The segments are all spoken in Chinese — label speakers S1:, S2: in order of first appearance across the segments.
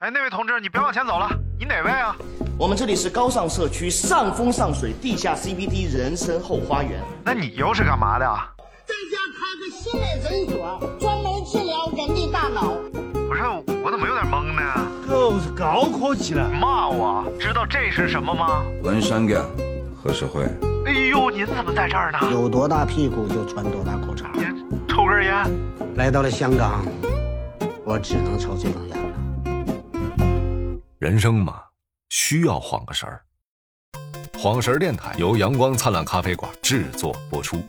S1: 哎，那位同志，你别往前走了，你哪位啊？
S2: 我们这里是高尚社区上风上水地下 CBD 人生后花园。
S1: 那你又是干嘛的？啊？
S3: 在家开个心理诊所，专门治疗人的大脑。
S1: 不是，我怎么有点懵呢？
S4: 狗是高科技了，
S1: 骂我？知道这是什么吗？
S5: 文山干黑社会，
S1: 哎呦，您怎么在这儿呢？
S6: 有多大屁股就穿多大裤衩。
S1: 您抽根烟。
S6: 来到了香港，我只能抽这种烟了。
S7: 人生嘛，需要晃个神儿。晃神儿电台由阳光灿烂咖啡馆制作播出。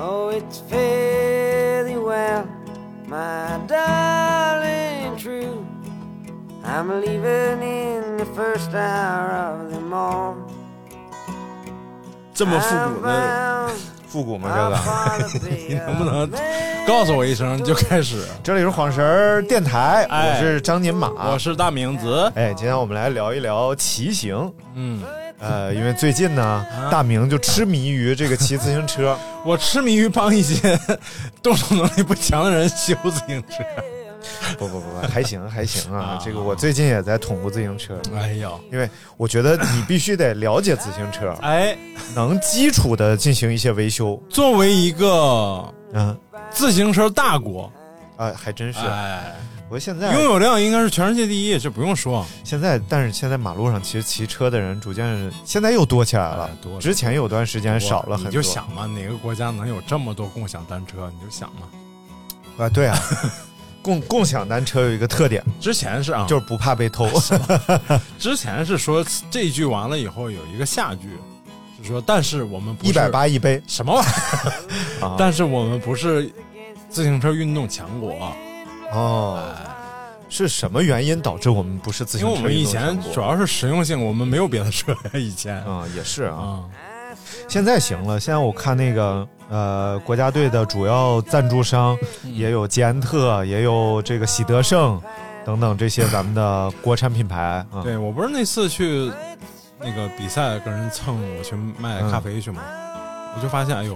S8: Oh, it's fairly well, my darling true. I'm leaving in the first hour of the morn.
S9: 这么复古的，
S10: 复古吗？这个
S8: 这
S10: 你能 不能告诉我一声就开始？
S9: 这里是晃神儿电台，
S10: 哎
S9: 我是张金马，
S10: 我是大明子，
S9: 哎，今天我们来聊一聊骑行。
S10: 嗯，啊
S9: 呃，因为最近呢，大明就痴迷于这个骑自行车，
S10: 我痴迷于帮一些 动手能力不强的人修自行车。
S9: 不不不，不还行还行啊
S10: 啊。
S9: 这个我最近也在捅咕自行车，
S10: 哎呦，
S9: 因为我觉得你必须得了解自行车，
S10: 哎，
S9: 能基础的进行一些维修。
S10: 作为一个
S9: 嗯，
S10: 自行车大国，
S9: 啊，还真是。
S10: 哎，
S9: 我现在
S10: 拥有量应该是全世界第一，这不用说。
S9: 现在，但是现在马路上其实骑车的人逐渐现在又多起来了
S10: 哎，多了
S9: 之前有段时间少了很多。
S10: 你就想嘛，哪个国家能有这么多共享单车？你就想嘛，
S9: 啊，对啊， 共共享单车有一个特点，
S10: 之前是啊，
S9: 就是不怕被 偷。
S10: 之前是说这一句完了以后有一个下句，是说但是我们不是
S9: 一百八一杯，
S10: 什么玩意 儿？
S9: 啊
S10: 但是我们不是自行车运动强国，啊
S9: 哦，是什么原因导致我们不是自
S10: 因
S9: 行
S10: 为
S9: 车
S10: 我
S9: 运动强国？
S10: 们以前主要是实用性，我们没有别的车呀。以前
S9: 啊、也是啊，
S10: 啊，
S9: 现在行了。现在我看那个呃，国家队的主要赞助商
S10: 嗯
S9: 也有捷安特，也有这个喜德盛等等这些咱们的国产品牌啊。
S10: 对我不是那次去那个比赛跟人蹭，我去卖咖啡去吗？我就发现，哎呦，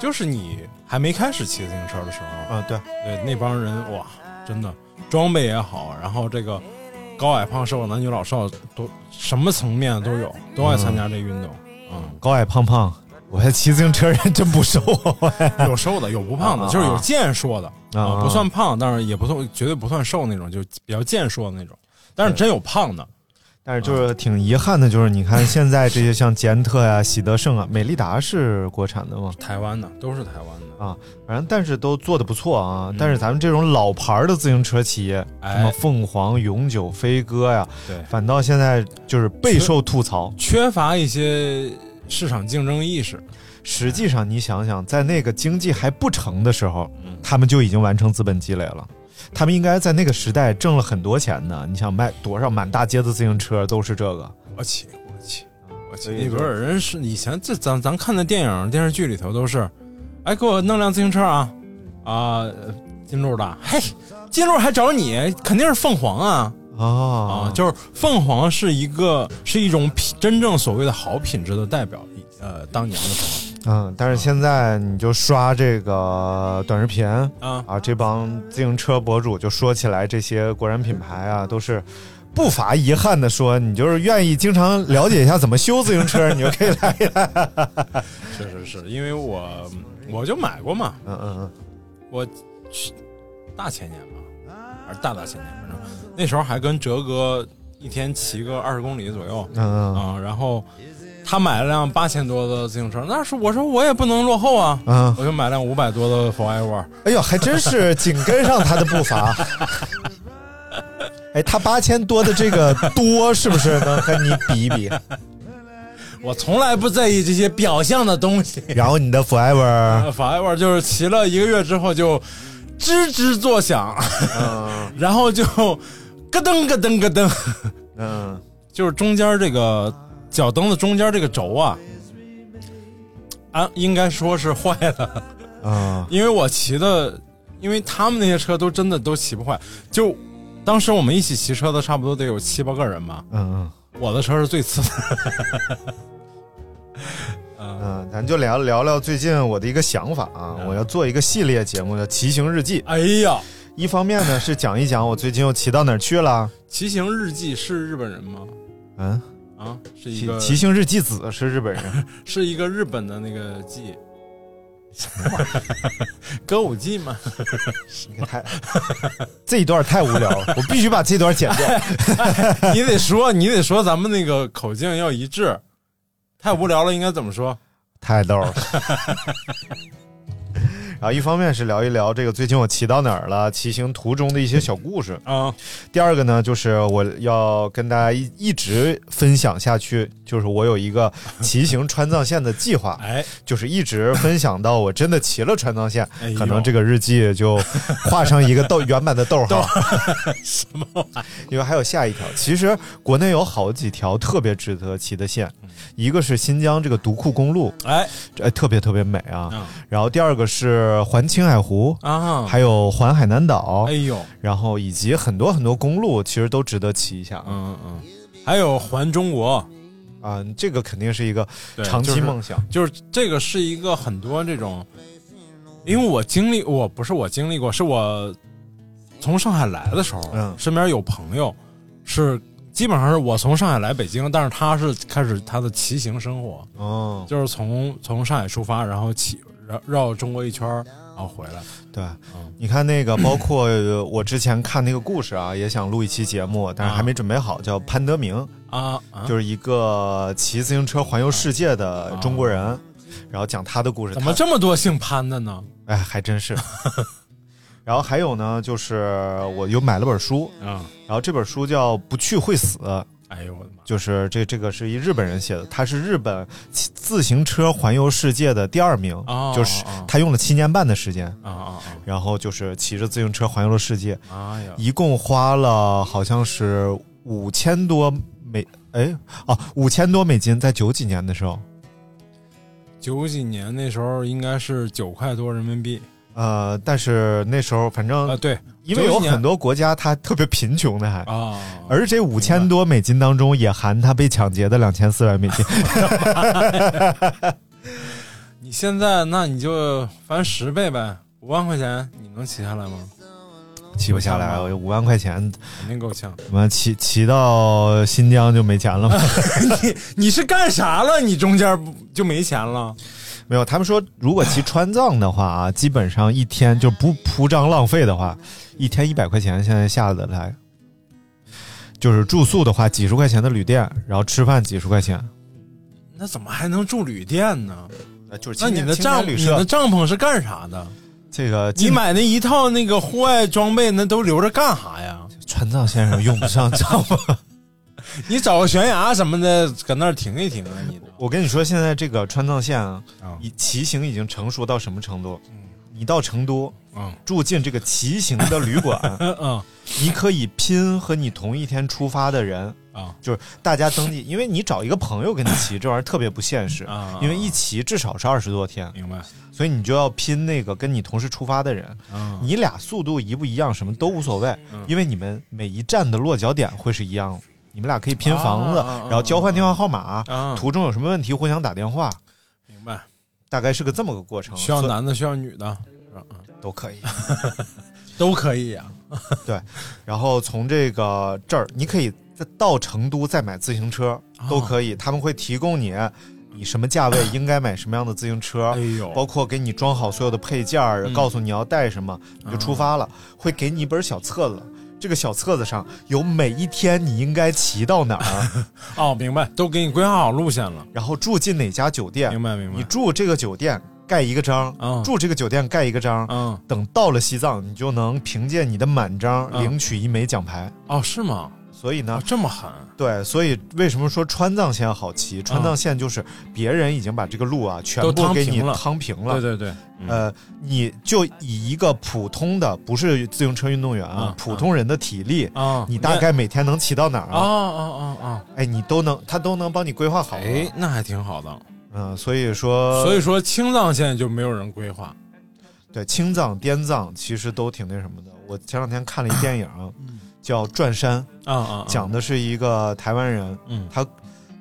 S10: 就是你还没开始骑自行车的时候，
S9: 啊，对，
S10: 对那帮人哇，真的装备也好，然后这个高矮胖瘦男女老少都什么层面都有，都爱参加这运动。嗯，
S9: 高矮胖胖，我还骑自行车人真不瘦。
S10: 有瘦的，有不胖的，
S9: 啊
S10: 就是有健硕的
S9: 啊
S10: 啊，不算胖，但是也不算，绝对不算瘦那种，就比较健硕的那种。但是真有胖的，
S9: 但是就是挺遗憾的，就是你看现在这些像捷安特呀、喜德盛啊、美利达是国产的吗？
S10: 台湾的都是台湾的。
S9: 啊，反正但是都做的不错啊。但是咱们这种老牌儿的自行车企业，
S10: 嗯哎
S9: 什么凤凰、永久、飞鸽呀，
S10: 对，哎
S9: 反倒现在就是备受吐槽。
S10: 缺乏一些市场竞争意识。
S9: 实际上，你想想，在那个经济还不成的时候，
S10: 嗯
S9: 他们就已经完成资本积累了。他们应该在那个时代挣了很多钱呢。你想卖多少满大街的自行车都是这个，
S10: 我去，我去，我去！
S9: 所以
S10: 那
S9: 就
S10: 边儿人是以前这咱咱看的电影电视剧里头都是，哎，给我弄辆自行车啊啊，呃金鹿的，嘿，金鹿还找你，肯定是凤凰啊。
S9: 哦
S10: 啊，，就是凤凰是一个是一种品真正所谓的好品质的代表。呃，当年的时
S9: 嗯，但是现在你就刷这个短视频
S10: 候啊，
S9: 啊，这帮自行车博主就说起来这些国产品牌啊，都是不乏遗憾的说，你就是愿意经常了解一下怎么修自行车，你就可以来一来。
S10: 是是是，因为我我就买过嘛，
S9: 嗯嗯
S10: 我去大前年吧，还是大大前年，反正那时候还跟哲哥一天骑个二十公里左右
S9: 嗯嗯
S10: 啊，然后他买了辆八千多的自行车，那是我说我也不能落后啊，
S9: 嗯，
S10: 我就买辆五百多的 Forever，
S9: 哎呦，还真是紧跟上他的步 伐。啊哎，他八千多的这个多是不是能和你比一比？
S10: 我从来不在意这些表象的东西。
S9: 然后你的 Forever，
S10: 呃 法一会儿就是骑了一个月之后就吱吱作响，
S8: 嗯
S10: 然后就咯噔咯噔咯噔，
S9: 嗯，
S10: 就是中间这个脚蹬子中间这个轴啊，啊，应该说是坏了，
S8: 嗯
S9: 啊
S10: 因为我骑的，因为他们那些车都真的都骑不坏，就当时我们一起骑车的差不多得有七八个人吧，
S9: 嗯
S10: 我的车是最次的，
S9: 嗯嗯，咱就
S10: 嗯
S9: 聊聊聊最近我的一个想法啊，我要做一个系列节目叫《骑行日记》。
S10: 哎呀，
S8: 一方面呢是讲一讲我最近又骑到哪儿去了，
S10: 骑行日记是日本人吗？
S8: 嗯，
S10: 啊，是一
S8: 骑
S10: 个
S8: 骑行日记子是日本 人，
S10: 是一个日本的那个 记，歌舞伎嘛。
S8: 你看太这一段太无聊了，我必须把这段剪 掉。
S10: 你得说，你得说，咱们那个口径要一致。太无聊了，应该怎么说？
S8: 太逗了。然后一方面是聊一聊这个最近我骑到哪儿了，骑行途中的一些小故事。
S10: 啊、
S8: 第二个呢，就是我要跟大家一一直分享下去，就是我有一个骑行川藏线的计划，
S10: 哎，
S8: 就是一直分享到我真的骑了川藏线
S10: 哎，呦
S8: 可能这个日记就画上一个逗圆满的 逗号。
S10: 什么玩意儿？
S8: 因为还有下一条。其实国内有好几条特别值得骑的线，
S10: 嗯
S8: 一个是新疆这个独库公路，
S10: 哎，
S8: 哎，特别特别美啊。
S10: 嗯
S8: 然后第二个是环青海湖，
S10: 啊，
S8: 还有环海南岛，
S10: 哎呦，
S8: 然后以及很多很多公路，其实都值得骑一下啊。
S10: 嗯嗯嗯，还有环中国，
S8: 啊，这个肯定是一个
S10: 嗯对
S8: 长
S10: 就
S8: 期
S10: 是
S8: 梦想。
S10: 就是这个是一个很多这种，因为我经历，我不是我经历过，是我从上海来的时候，
S8: 嗯
S10: 身边有朋友是基本上是我从上海来北京，但是他是开始他的骑行生活，
S8: 哦，
S10: 就是从从上海出发，然后骑绕绕中国一圈儿，然后回来。
S8: 对，
S10: 嗯
S8: 你看那个，包括呃我之前看那个故事啊，也想录一期节目，但是还没准备好，叫潘德明。
S10: 啊啊！
S8: 就是一个骑自行车环游世界的中国人，然后讲他的故事。
S10: 怎么
S8: 他？
S10: 这么多姓潘的呢？
S8: 哎，还真是。然后还有呢，就是我又买了本书，
S10: 啊！
S8: 然后这本书叫《不去会死》，
S10: 哎呦我的妈！
S8: 就是这这个是一日本人写的，他是日本骑自行车环游世界的第二名，
S10: 哦
S8: 就是
S10: 哦
S8: 他用了七年半的时间，
S10: 啊啊
S8: 然后就是骑着自行车环游了世界，
S10: 啊！哎呀，
S8: 一共花了好像是五千多美，哎哦，五千多美金，在九几年的时候，
S10: 九几年那时候应该是九块多人民币
S8: 呃，但是那时候反
S10: 啊，
S8: 正
S10: 对
S8: 因为有
S10: 90年
S8: 很多国家它特别贫穷的还。
S10: 啊，
S8: 而这五千多美金当中，也含他被抢劫的两千四百美金。
S10: 你现在那你就翻十倍呗，五万块钱你能骑下来吗？
S8: 骑不下来，五万块钱，
S10: 肯定够呛。
S8: 怎么骑骑到新疆就没钱了吗？
S10: 你是干啥了？你中间不就没钱了？
S8: 没有，他们说如果骑川藏的话 啊，基本上一天就不铺张浪费的话，一天一百块钱现在下得来。就是住宿的话，几十块钱的旅店，然后吃饭几十块钱。
S10: 那怎么还能住旅店呢？
S8: 呃就是
S10: 那
S8: 青
S10: 你
S8: 年
S10: 的
S8: 青
S10: 帐
S8: 年旅
S10: 你的
S8: 社
S10: 帐篷是干啥的？
S8: 这个
S10: 你买那一套那个户外装备，那都留着干啥呀？
S8: 川藏先生用不上帐 篷。
S10: 你找个悬崖什么的，搁那儿停一停啊！你都
S8: 我跟你说，现在这个川藏线啊
S10: 啊，
S8: 已骑行已经成熟到什么程度？你到成都
S10: 嗯
S8: 住进这个骑行的 旅馆，
S10: 嗯嗯
S8: 你可以拼和你同一天出发的人，
S10: 啊
S8: 就是大家登记，因为你找一个朋友跟你骑，这玩意儿特别不现实
S10: 啊，
S8: 因为一骑至少是二十多天，
S10: 明白
S8: 所以你就要拼那个跟你同时出发的人，
S10: 啊
S8: 你俩速度一不一样什么都无所谓，
S10: 嗯
S8: 因为你们每一站的落脚点会是一样的。你们俩可以拼房子，
S10: 啊啊啊啊
S8: 然后交换电话号码，
S10: 啊
S8: 途中有什么问题互相打电话，
S10: 明白。
S8: 大概是个这么个过程。
S10: 需要
S8: 所以
S10: 男的，需要女的，
S8: 都可以。
S10: 都可以啊呀、
S8: 对，然后从这个这儿，你可以再到成都再买自行车，
S10: 啊
S8: 都可以。他们会提供你，你什么价位应该买什么样的自行车，
S10: 哎呦嗯
S8: 包括给你装好所有的配件儿，告诉你要带什么，你就出发
S10: 啊
S8: 了。会给你一本小册子。这个小册子上有每一天你应该骑到哪 儿，
S10: 哦，明白，都给你规划好路线了。
S8: 然后住进哪家酒店，
S10: 明白明白
S8: 你住这个酒店盖一个章，
S10: 嗯
S8: 住这个酒店盖一个章，
S10: 嗯，
S8: 等到了西藏，你就能凭借你的满章
S10: 嗯
S8: 领取一枚奖牌。
S10: 哦，是吗？
S8: 所以呢
S10: 啊，，这么狠
S8: 对，所以为什么说川藏线好骑？川藏线就是别人已经把这个路啊全部给你
S10: 都
S8: 趟
S10: 趟
S8: 平了，
S10: 对嗯对对，
S8: 呃，你就以一个普通的，不是自行车运动员啊，
S10: 嗯
S8: 普通人的体力
S10: 嗯
S8: 你大概每天能骑到哪儿
S10: 哦
S8: 啊？
S10: 哦哦哦，
S8: 哎，你都能，他都能帮你规划好了。啊
S10: 哎，那还挺好的。
S8: 嗯，所以说，
S10: 所以说青藏线就没有人规划，
S8: 对青藏、滇藏其实都挺那什么的。我前两天看了一
S10: 嗯
S8: 电影，叫《转山》，
S10: 啊啊，啊
S8: 讲的是一个台湾人，
S10: 嗯
S8: 他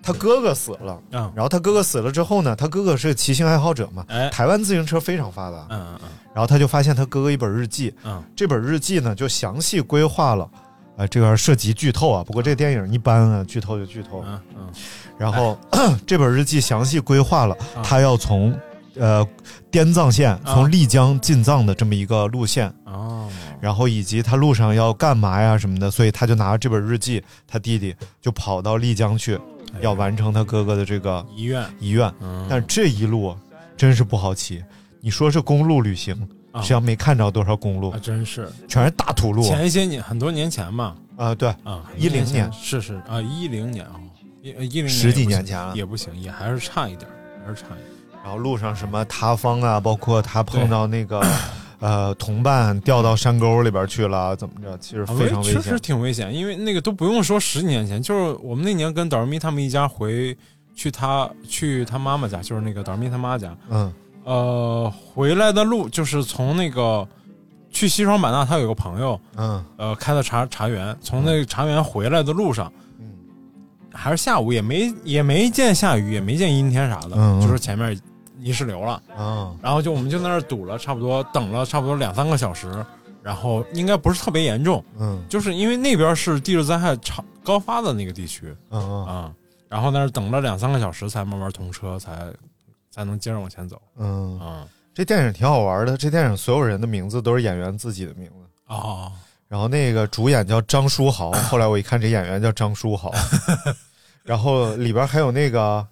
S8: 他哥哥死了，
S10: 嗯
S8: 然后他哥哥死了之后呢，他哥哥是骑行爱好者嘛，
S10: 哎
S8: 台湾自行车非常发达，
S10: 嗯嗯嗯
S8: 然后他就发现他哥哥一本日记，
S10: 嗯
S8: 这本日记呢就详细规划了，啊、这个涉及剧透啊，不过这电影一般啊，剧透就剧透，
S10: 嗯嗯，
S8: 然后、 这本日记详细规划了
S10: 啊
S8: 他要从呃滇藏线
S10: 嗯
S8: 从丽江进藏的这么一个路线，
S10: 哦，
S8: 然后以及他路上要干嘛呀什么的，所以他就拿着这本日记，他弟弟就跑到丽江去，要完成他哥哥的这个
S10: 医院，
S8: 遗愿。
S10: 嗯，
S8: 但这一路真是不好骑，你说是公路旅行，
S10: 啊
S8: 实际上没看着多少公路
S10: 啊，，真是
S8: 全是大土路啊、
S10: 前一些年，很多年前吧，
S8: 对，
S10: 啊，
S8: 10年
S10: 是是啊，一零年啊，一一零
S8: 十几年前啊了
S10: 也不行，也还是差一点儿，还是差一点儿。
S8: 然后路上什么塌方啊，包括他碰到那个呃同伴掉到山沟里边去了，怎么着，其实
S10: 啊
S8: 非常危
S10: 确实
S8: 险。
S10: 挺危险，因为那个都不用说十几年前，就是我们那年跟导儿咪他们一家回去他去他妈妈家，就是那个导儿咪他妈家，
S8: 嗯
S10: 呃，回来的路就是从那个去西双版纳，他有个朋友，
S8: 嗯
S10: 呃，开的茶茶园，从那个茶园回来的路上，
S8: 嗯
S10: 还是下午，也没也没见下雨，也没见阴天啥的，
S8: 嗯嗯
S10: 就是前面泥石流了，
S8: 嗯
S10: 然后就我们就在那儿堵了，差不多等了差不多两三个小时，然后应该不是特别严重，
S8: 嗯
S10: 就是因为那边是地质灾害常高发的那个地区
S8: 嗯嗯
S10: 啊、然后在那儿等了两三个小时才慢慢通车，才才能接着往前走
S8: 嗯，
S10: 啊、
S8: 这电影挺好玩的。这电影所有人的名字都是演员自己的名字。
S10: 哦，
S8: 然后那个主演叫张书豪，后来我一看这演员叫张书豪， 然后里边还有那个、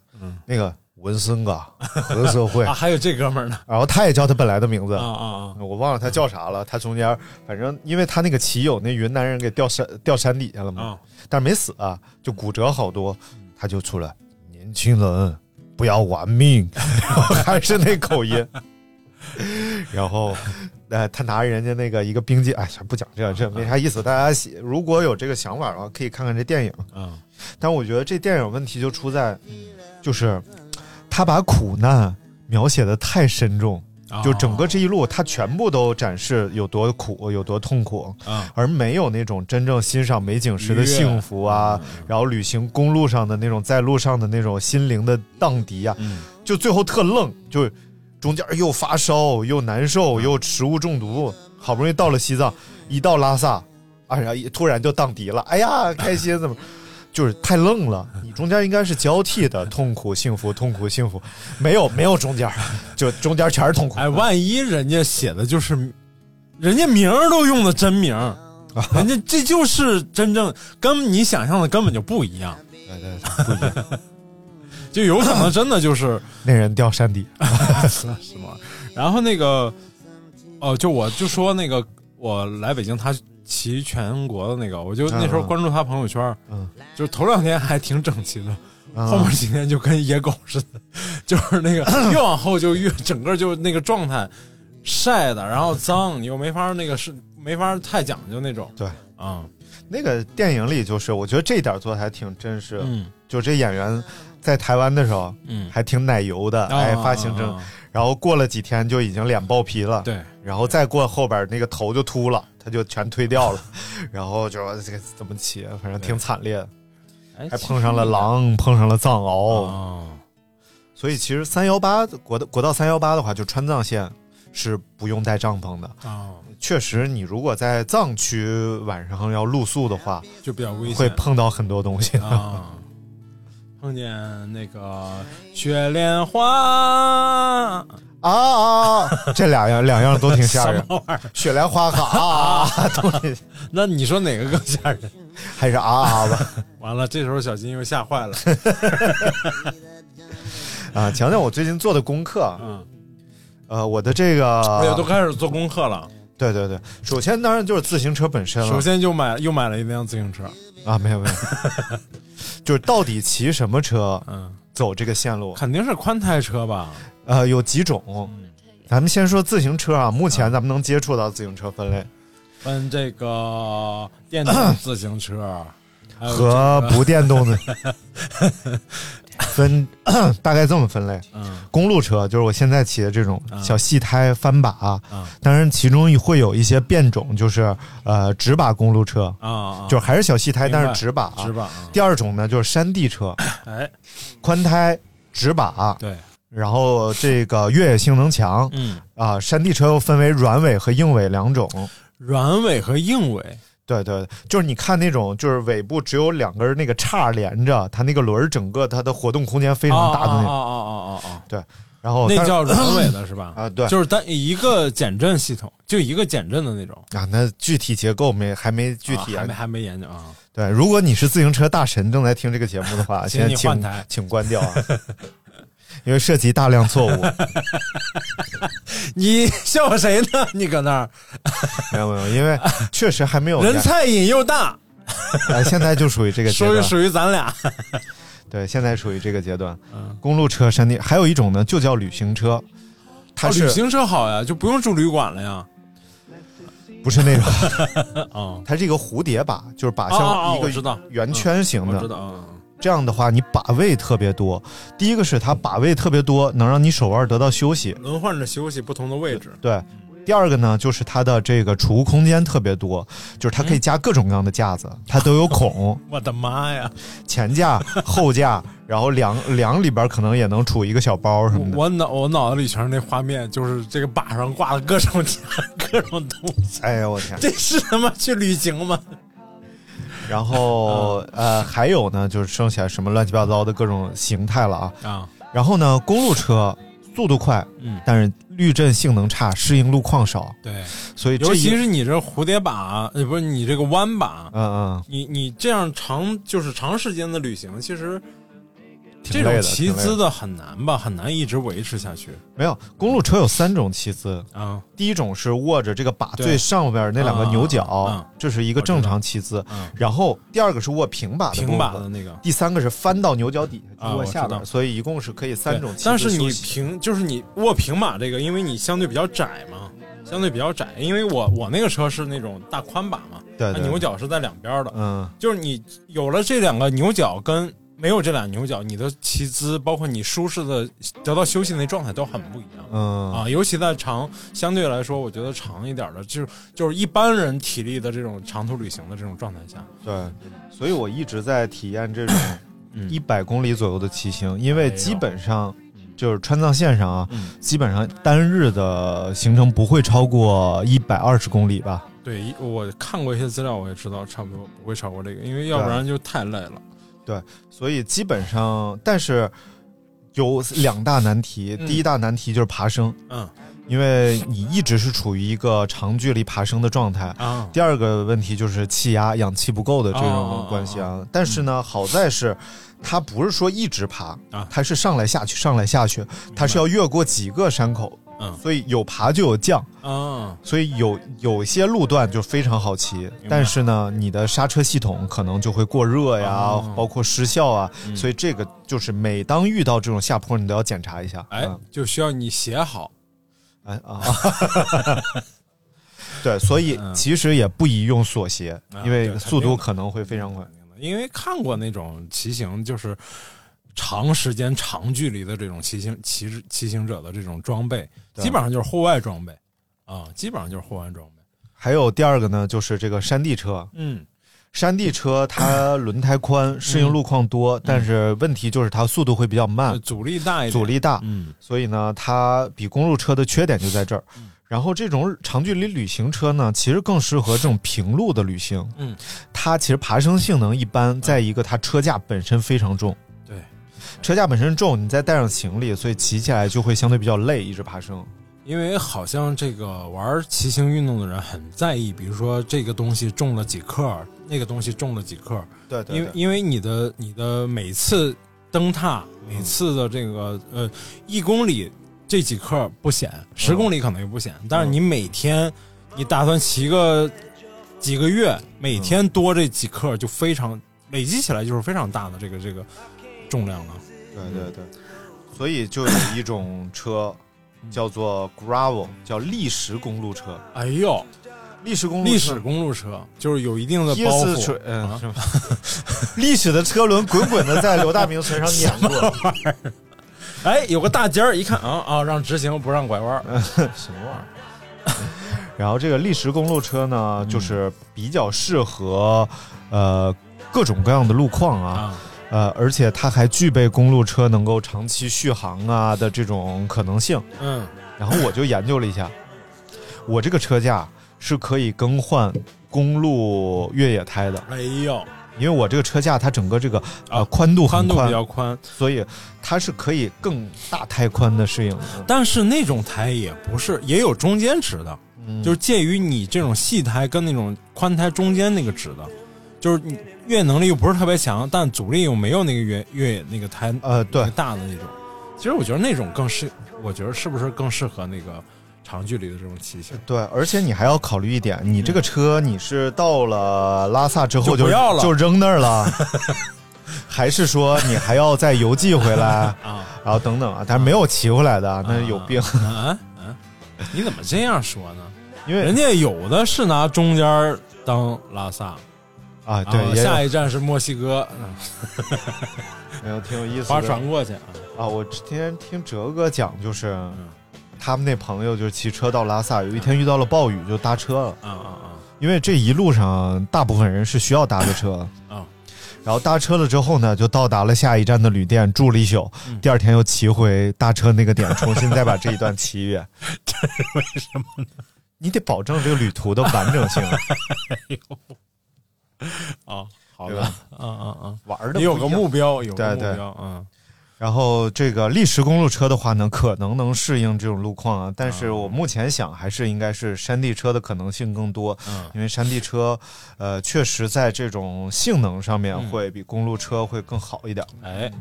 S8: 那个文森嘎何社会
S10: 嗯啊，，还有这哥们儿呢，
S8: 然后他也叫他本来的名字
S10: 啊，啊啊，
S8: 我忘了他叫啥了。他中间反正因为他那个骑友那云南人给掉山掉山底下了嘛，
S10: 啊
S8: 但是没死啊，就骨折好多，他就出来年轻人不要玩命， 还是那口音。 然后，呃，他拿人家那个一个冰激，哎，算了不讲这个这没啥意思。大家喜如果有这个想法的话，可以看看这电影。
S10: 啊
S8: 但我觉得这电影问题就出在，就是他把苦难描写的太深重，
S10: 啊，
S8: 就整个这一路他全部都展示有多苦，有多痛苦。
S10: 啊
S8: 而没有那种真正欣赏美景时的幸福啊，
S10: 嗯
S8: 然后旅行公路上的那种在路上的那种心灵的荡涤啊，
S10: 嗯
S8: 就最后特愣，就中间又发烧又难受
S10: 嗯
S8: 又食物中毒，好不容易到了西藏，一到拉萨，啊，然后一突然就荡涤了，哎呀，开 心怎么？就是太愣了，你中间应该是交替的，痛苦、幸福、痛苦、幸福，没有没有中间，就中间全是痛苦。
S10: 哎，万一人家写的就是，人家名儿都用的真名儿，
S8: 啊
S10: 人家这就是真正跟你想象的根本就不一样，
S8: 对对对不一样，
S10: 就有可能真的就是
S8: 那人掉 山底，
S10: 什么玩意儿。然后那个，哦，就我就说那个，我来北京，他骑全国的那个，我就那时候
S8: 嗯嗯
S10: 关注他朋友圈，
S8: 嗯，
S10: 就是头两天还挺整齐的，
S8: 啊
S10: 后面几天就跟野狗似的， 就是那个 越往后就越整个就那个状态晒的，然后脏，你又没法那个是没法太讲究那种。
S8: 对
S10: 啊，
S8: 那个电影里就是，我觉得这一点做的还挺真实。
S10: 嗯
S8: 就这演员在台湾的时候
S10: 嗯，
S8: 还挺奶油的，哎，
S10: 啊
S8: 发行
S10: 啊
S8: 真
S10: 啊。
S8: 然后过了几天就已经脸爆皮了，，
S10: 对，
S8: 然后再过后边那个头就秃了，他就全推掉 了，然后就这个怎么骑，反正挺惨烈的，还碰上 了狼，碰上了藏獒，
S10: 哦，
S8: 所以其实三幺八国道国道三幺八的话，就川藏线是不用带帐篷的。
S10: 哦，
S8: 确实，你如果在藏区晚上要露宿的话，
S10: 就比较危险，
S8: 会碰到很多东西。
S10: 啊，碰见那个雪莲花，
S8: 啊啊！ 啊这两样两样都挺吓人
S10: 什，么玩意儿？
S8: 雪莲花哈 啊啊，都挺
S10: 那你说哪个更吓人？
S8: 还是啊啊吧
S10: 完了，这时候小金又吓 坏了。
S8: 啊！讲讲我最近做的功课，
S10: 嗯，
S8: 呃，我的这
S10: 哎呀，都
S8: 个，
S10: 开始做功课了。
S8: 对对对，首先当然啊就是自行车本身了，
S10: 首先就买又买了一辆自行车，
S8: 啊，没有没有， 就是到底骑什么车
S10: 嗯，
S8: 走这个线路，
S10: 肯定是宽胎车吧？
S8: 呃，有几种，
S10: 嗯
S8: 咱们先说自行车啊，目前咱们能接触到自行车分类
S10: 分这个 电动自行车还有
S8: 和不电动的，分 大概这么分类：
S10: 嗯
S8: 公路车就是我现在骑的这种
S10: 嗯
S8: 小细胎翻把啊
S10: 嗯，
S8: 当然其中会有一些变种，就是呃直把公路车，
S10: 啊啊，
S8: 就还是小细胎，
S10: 明白
S8: 但是直把。啊
S10: 直吧，嗯
S8: 第二种呢就是山地车，
S10: 哎，
S8: 宽胎直把，啊
S10: 对，
S8: 然后这个越野性能强
S10: 嗯，
S8: 啊。山地车又分为软尾和硬尾两种。
S10: 软尾和硬尾，
S8: 对对，就是你看那种，就是尾部只有两根那个叉连着，它那个轮儿整个它的活动空间非常大的那
S10: 哦哦
S8: 种。
S10: 哦哦哦
S8: 然后
S10: 哦，那
S8: 但是
S10: 叫软尾的是吧？
S8: 啊对
S10: 就是单一个减震系统，就一个减震的那种，
S8: 啊，那具体结构没还没具体
S10: 啊
S8: 啊
S10: 还没还没研究啊。
S8: 对，如果你是自行车大神，正在听这个节目的 话，
S10: 请
S8: 现在
S10: 你
S8: 请
S10: 换台
S8: 请关掉啊， 因为涉及大量错误。
S10: 你笑谁呢？你搁那儿，
S8: 没有没有，因为确实还没有
S10: 人菜瘾又大，
S8: 哎现在就属于这个阶
S10: 属于
S8: 段。
S10: 属于咱俩。
S8: 对，现在属于这个阶段。
S10: 嗯
S8: 公路车、山地，还有一种呢，就叫旅行车，它
S10: 哦
S8: 是、
S10: 旅行车好呀，就不用住旅馆了呀。
S8: 不是那种？
S10: 啊，
S8: 它是一个蝴蝶把，就是把
S10: 哦哦
S8: 像
S10: 哦
S8: 一
S10: 我知道
S8: 个圆圈形
S10: 我
S8: 的。
S10: 知道啊。嗯
S8: 这样的话，你把位特别多。第一个是它把位特别多，能让你手腕得到休息。
S10: 轮换着休息不同的位置。
S8: 对。第二个呢，就是它的这个储物空间特别多，就是它可以加各种各样的架子，
S10: 嗯
S8: 它都有孔，
S10: 我的妈呀！
S8: 前架、后架，然后梁梁里边可能也能储一个小包什
S10: 我
S8: 么的。
S10: 我脑我脑子里全是那画面，就是这个把上挂的各种 各种东西。
S8: 哎呀，我天！
S10: 这是他妈去旅行吗？
S8: 然后
S10: 嗯
S8: 呃，还有呢，就是剩下什么乱七八糟的各种形态了啊。
S10: 啊，
S8: 然后呢，公路车速度快，
S10: 嗯
S8: 但是滤震性能差，适应路况少，
S10: 对，
S8: 所以这
S10: 尤其
S8: 一
S10: 是你这蝴蝶把，呃，不是你这个弯把，
S8: 嗯
S10: 你你这样长就是长时间的旅行，其实
S8: 挺
S10: 这
S8: 累
S10: 种
S8: 的
S10: 骑
S8: 挺累
S10: 姿
S8: 的
S10: 的很难吧，很难一直维持下去
S8: 没有公路车有三种骑姿，
S10: 啊。
S8: 第一种是握着这个把
S10: 对
S8: 最上边那两个牛角，
S10: 嗯嗯
S8: 这是一个正常骑姿。
S10: 嗯，
S8: 然后第二个是握平把的部分
S10: 平把的那个
S8: 第三个是翻到牛角底下
S10: 啊
S8: 去握
S10: 我
S8: 下
S10: 知
S8: 边，
S10: 道
S8: 所以一共是可以三种
S10: 对
S8: 骑姿
S10: 但是你
S8: 休息
S10: 平就是你握平把这个，因为你相对比较窄嘛，相对比较窄。因为我我那个车是那种大宽把嘛，
S8: 对
S10: 它
S8: 对
S10: 牛角是在两边的，
S8: 嗯
S10: 就是你有了这两个牛角跟没有这俩牛角，你的骑姿包括你舒适的得到休息那状态都很不一样。
S8: 嗯
S10: 啊，尤其在长相对来说，我觉得长一点的，就是就是一般人体力的这种长途旅行的这种状态下，
S8: 对，所以我一直在体验这种
S10: 嗯
S8: 一百公里左右的骑行，因为基本上
S10: 嗯
S8: 就是川藏线上啊，
S10: 嗯，
S8: 基本上单日的行程不会超过一百二十公里吧。
S10: 对，一我看过一些资料，我也知道差不多不会超过这个，因为要不然就太累了。
S8: 所以基本上，但是有两大难题，
S10: 嗯
S8: 第一大难题就是爬升，
S10: 嗯
S8: 因为你一直是处于一个长距离爬升的状态。
S10: 啊，
S8: 第二个问题就是气压、氧气不够的这种关系
S10: 哦
S8: 啊。但是呢，好在是它不是说一直爬
S10: 啊，
S8: 它是上来下去、上来下去，它是要越过几个山口，
S10: 嗯
S8: 所以有爬就有降，
S10: 啊，
S8: 所以有有些路段就非常好骑。但是呢，你的刹车系统可能就会过热呀
S10: 哦，嗯
S8: 包括失效啊，所以这个就是每当遇到这种下坡，你都要检查一下。
S10: 哎
S8: 嗯，
S10: 就需要你写好。
S8: 哎啊。 对，所以
S10: 嗯
S8: 其实也不宜用锁鞋，
S10: 啊
S8: 因为
S10: 对肯
S8: 速
S10: 定
S8: 度
S10: 的
S8: 可能会非常快。
S10: 因为看过那种骑行，就是长时间、长距离的这种骑行骑骑行者的这种装备，
S8: 对
S10: 基本上就是户外装备啊，基本上就是户外装备。
S8: 还有第二个呢，就是这个山地车。
S10: 嗯，
S8: 山地车它轮胎宽，适应路况多，但是问题就是它速度会比较慢，
S10: 阻力大一点，
S8: 阻力大，
S10: 嗯
S8: 所以呢，它比公路车的缺点就在这儿。然后这种长距离旅行车呢，其实更适合这种平路的旅行。
S10: 嗯，
S8: 它其实爬升性能一般，再一个它车架本身非常重，
S10: 对，
S8: 车架本身重，你再带上行李，所以骑起来就会相对比较累，一直爬升。
S10: 因为好像这个玩骑行运动的人很在意，比如说这个东西重了几克，那个东西重了几克，
S8: 对对
S10: 因为因为你的你的每次蹬踏，每次的这个呃一公里这几克不显，十公里可能也不显，但是你每天你打算骑个几个月，每天多这几克就非常累积起来就是非常大的这个这个重量了。
S8: 对对对，所以就有一种车
S10: 嗯
S8: 叫做 gravel，叫砾石公路车。
S10: 哎呦，
S8: 砾石公路车，
S10: 历史公路车就是有一定的包
S8: Yes,
S10: 袱
S8: 嗯，
S10: 啊
S8: 是吧 历史的车轮滚滚的在刘大明身上碾过。
S10: 哎，有个大尖儿，一看啊啊，让直行不让拐弯儿， 什么玩意儿？
S8: 然后这个砾石公路车
S10: 嗯
S8: 呢，就是比较适合呃各种各样的路况啊，
S10: 啊，
S8: 呃，而且它还具备公路车能够长期续航啊的这种可能性。
S10: 嗯，
S8: 然后我就研究了一下，我这个车架是可以更换公路越野胎的，
S10: 哎呦，
S8: 因为我这个车架它整个这个呃
S10: 啊
S8: 宽度
S10: 宽
S8: 很
S10: 度比
S8: 宽，
S10: 较宽，
S8: 所以它是可以更大胎宽的适应的。
S10: 但是那种胎也不是，也有中间值的，
S8: 嗯
S10: 就是介于你这种细胎跟那种宽胎中间那个值的，就是你越野能力又不是特别强，但阻力又没有那个越越野那个胎
S8: 呃，
S10: 那
S8: 对
S10: 个，大的那种。其实我觉得那种更适，我觉得是不是更适合那个长距离的这种骑行？
S8: 对，而且你还要考虑一点，你这个车你是到了拉萨之后
S10: 就
S8: 就
S10: 不要了
S8: 就扔那儿了， 还是说你还要再邮寄回 来
S10: 啊，
S8: 然后等等啊？但是没有骑回来的啊，那有病，
S10: 啊啊啊！你怎么这样说呢？
S8: 因 为
S10: 人家有的是拿中间儿当拉萨，
S8: 啊，
S10: 然后
S8: 对，也
S10: 下
S8: 有
S10: 一站是墨西哥，嗯
S8: 没有挺有意思
S10: 划
S8: 的
S10: 船过去啊。
S8: 啊。我之前听哲哥讲，就是
S10: 嗯
S8: 他们那朋友就是骑车到拉萨，有一天遇到了暴雨，就搭车了，
S10: 啊啊
S8: 因为这一路上大部分人是需要搭个车的。
S10: 啊啊！
S8: 然后搭车了之后呢，就到达了下一站的旅店住了一宿，第二天又骑回搭车那个点，重新再把这一段骑一遍。这是为什么呢？你得保证这个旅途的完整性，
S10: 啊，好
S8: 对
S10: 的
S8: 吧，
S10: 嗯嗯嗯，
S8: 玩的
S10: 你有个目。标，有
S8: 对
S10: 个目
S8: 对
S10: 标，嗯，
S8: 然后这个砾石公路车的话呢，可能能适应这种路况啊，但是我目前想还是应该是山地车的可能性更多，
S10: 嗯
S8: 因为山地车，呃，确实在这种性能上面
S10: 嗯
S8: 会比公路车会更好一点。
S10: 哎，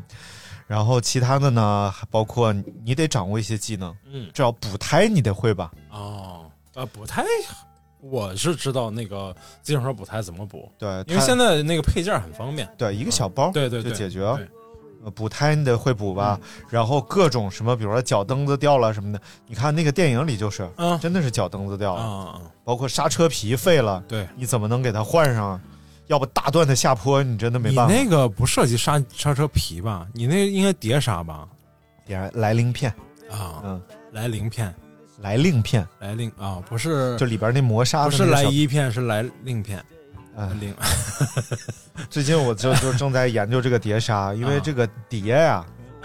S8: 然后其他的呢，还包括你你得掌握一些技能，
S10: 嗯，
S8: 至少补胎你得会吧？
S10: 哦，呃，补胎，我是知道那个自行车补胎怎么补，
S8: 对，
S10: 因为
S8: 它
S10: 现在那个配件很方便，
S8: 对一个小包，
S10: 对对
S8: 哦就
S10: 对，
S8: 解决。
S10: 对嗯
S8: 呃补胎你得会补吧？然后各种什么，比如说脚蹬子掉了什么的，你看那个电影里就是，
S10: 嗯
S8: 真的是脚蹬子掉了，
S10: 啊，嗯嗯
S8: 包括刹车皮废了，
S10: 对。
S8: 你怎么能给它换上啊？要不大段的下坡，你真的没
S10: 你
S8: 办法。
S10: 那个不涉及刹刹车皮吧？你那个应该碟刹吧？
S8: 点来鳞片，
S10: 啊，
S8: 嗯，
S10: 来零片，
S8: 来鳞片，
S10: 来令啊，不是
S8: 就里边那磨砂
S10: 不
S8: 的
S10: 是
S8: 那个
S10: 来
S8: 小
S10: 一片，是来令片，
S8: 哎
S10: 零
S8: 最近我就就正在研究这个碟刹，因为
S10: 啊
S8: 这个碟呀、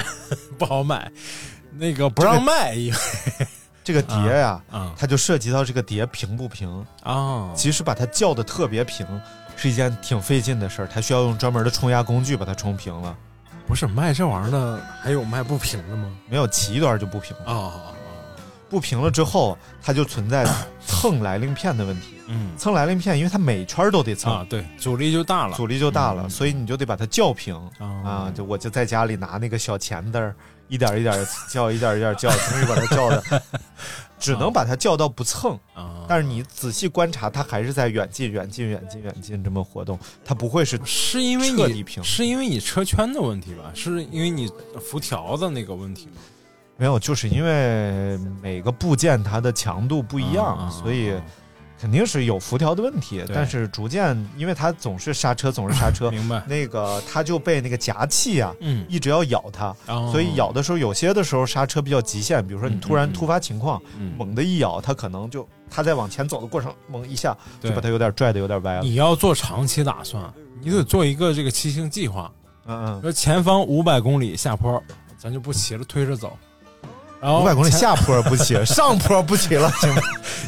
S10: 不好买，那个不让卖，因为
S8: 这个碟呀、
S10: 啊
S8: 它就涉及到这个碟平不平。
S10: 啊
S8: 其实把它叫的特别平，是一件挺费劲的事儿，它需要用专门的冲压工具把它冲平了。
S10: 不是卖这玩意儿的，还有卖不平的吗？
S8: 没有齐一段就不平了，
S10: 啊，
S8: 不平了之后，它就 存在蹭来令片的问题。
S10: 嗯
S8: 蹭来令片，因为它每圈都得蹭，
S10: 啊，对，阻力就大了
S8: 阻力就大了，
S10: 嗯
S8: 所以你就得把它叫平。啊
S10: 啊，
S8: 就我就在家里拿那个小钳子儿，一点儿一点儿叫，一点儿一点儿叫， 终于把它叫的，只能把它叫到不蹭。
S10: 啊，
S8: 但是你仔细观察，它还是在远近、远近、远近、远近这么活动，它不会是
S10: 是因为
S8: 彻底平
S10: 你是因为你车圈的问题吧？是因为你辐条的那个问题吗？
S8: 没有，就是因为每个部件它的强度不一样，
S10: 啊
S8: 所以肯定是有辐条的问题。
S10: 对
S8: 但是逐渐，因为它总是刹车，总是刹车，
S10: 明白，
S8: 那个它就被那个夹气啊，
S10: 嗯，
S8: 一直要咬它。
S10: 哦
S8: 所以咬的时候，有些的时候刹车比较极限，比如说你
S10: 嗯
S8: 突然
S10: 嗯嗯
S8: 突发情况，
S10: 嗯
S8: 猛地一咬，它可能就它在往前走的过程，猛一下就
S10: 对
S8: 把它有点拽的有点歪了。
S10: 你要做长期打算，你得做一个这个骑行计划。
S8: 嗯
S10: 说前方五百公里下坡，咱就不骑了，推着走。然
S8: 嗯，
S10: 后
S8: 五百公里
S10: 前，
S8: 下坡不骑，上坡不 骑了，行吗？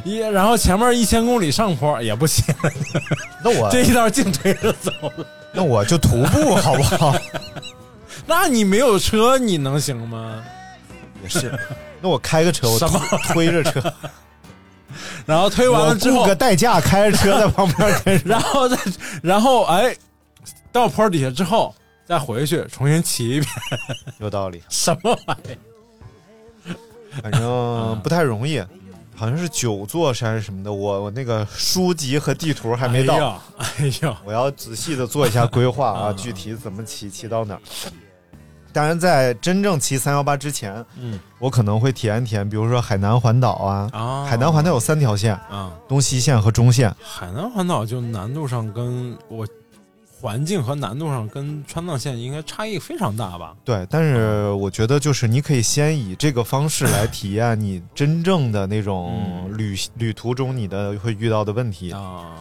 S10: 一然后前面一千公里上坡也不骑
S8: 哎
S10: 了，
S8: 那我
S10: 这一道净推着走了。
S8: 那我就徒 步好不好？
S10: 那你没有车，你能行吗？
S8: 也是，那我开个车，我
S10: 什么
S8: 推推着车，
S10: 然后推
S8: 我
S10: 完了之
S8: 雇
S10: 后
S8: 个，代驾开着车在旁边 跟
S10: 然后再然后哎，到坡底下之后再回去重新骑一遍，
S8: 有道理，
S10: 什么玩意儿？嗯
S8: 反正不太容易，好像是九座山什么的，我我那个书籍和地图还没到，
S10: 哎呦，哎呦，
S8: 我要仔细的做一下规划啊，
S10: 嗯
S8: 具体怎么骑骑到哪儿。当然，在真正骑三幺八之前，
S10: 嗯
S8: 我可能会体验体验，比如说海南环岛啊，
S10: 啊，
S8: 海南环岛有三条线，
S10: 啊，
S8: 东西线和中线。
S10: 海南环岛就难度上跟我环境和难度上跟川藏线应该差异非常大吧？
S8: 对，但是我觉得就是你可以先以这个方式来体验你真正的那种旅、旅途中你的会遇到的问题，
S10: 嗯啊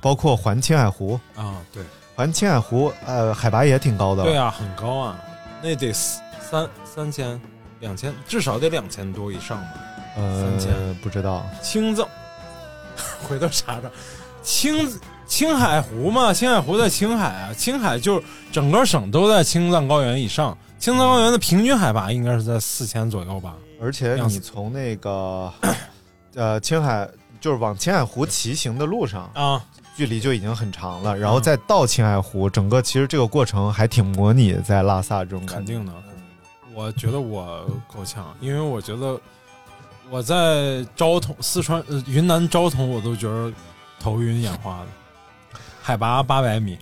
S8: 包括环青海湖，
S10: 啊，对
S8: 环青海湖呃海拔也挺高的，
S10: 对啊，很高啊，那得四三三千两千，至少得两千多以上吧。三
S8: 呃
S10: 千
S8: 不知道，
S10: 青藏， 回头查查，青青海湖嘛，青海湖在青海啊，青海就是整个省都在青藏高原以上，青藏高原的平均海拔应该是在四千左右吧？
S8: 而且
S10: 样子
S8: 你从那个 呃青海就是往青海湖骑行的路上，
S10: 啊，嗯
S8: 距离就已经很长了，然后再到青海湖，整个其实这个过程还挺模拟在拉萨这种
S10: 肯
S8: 感觉。
S10: 定的，肯定的。我觉得我够呛，因为我觉得我在昭通、四川、呃、云南昭通，我都觉得头晕眼花的。海拔八百米，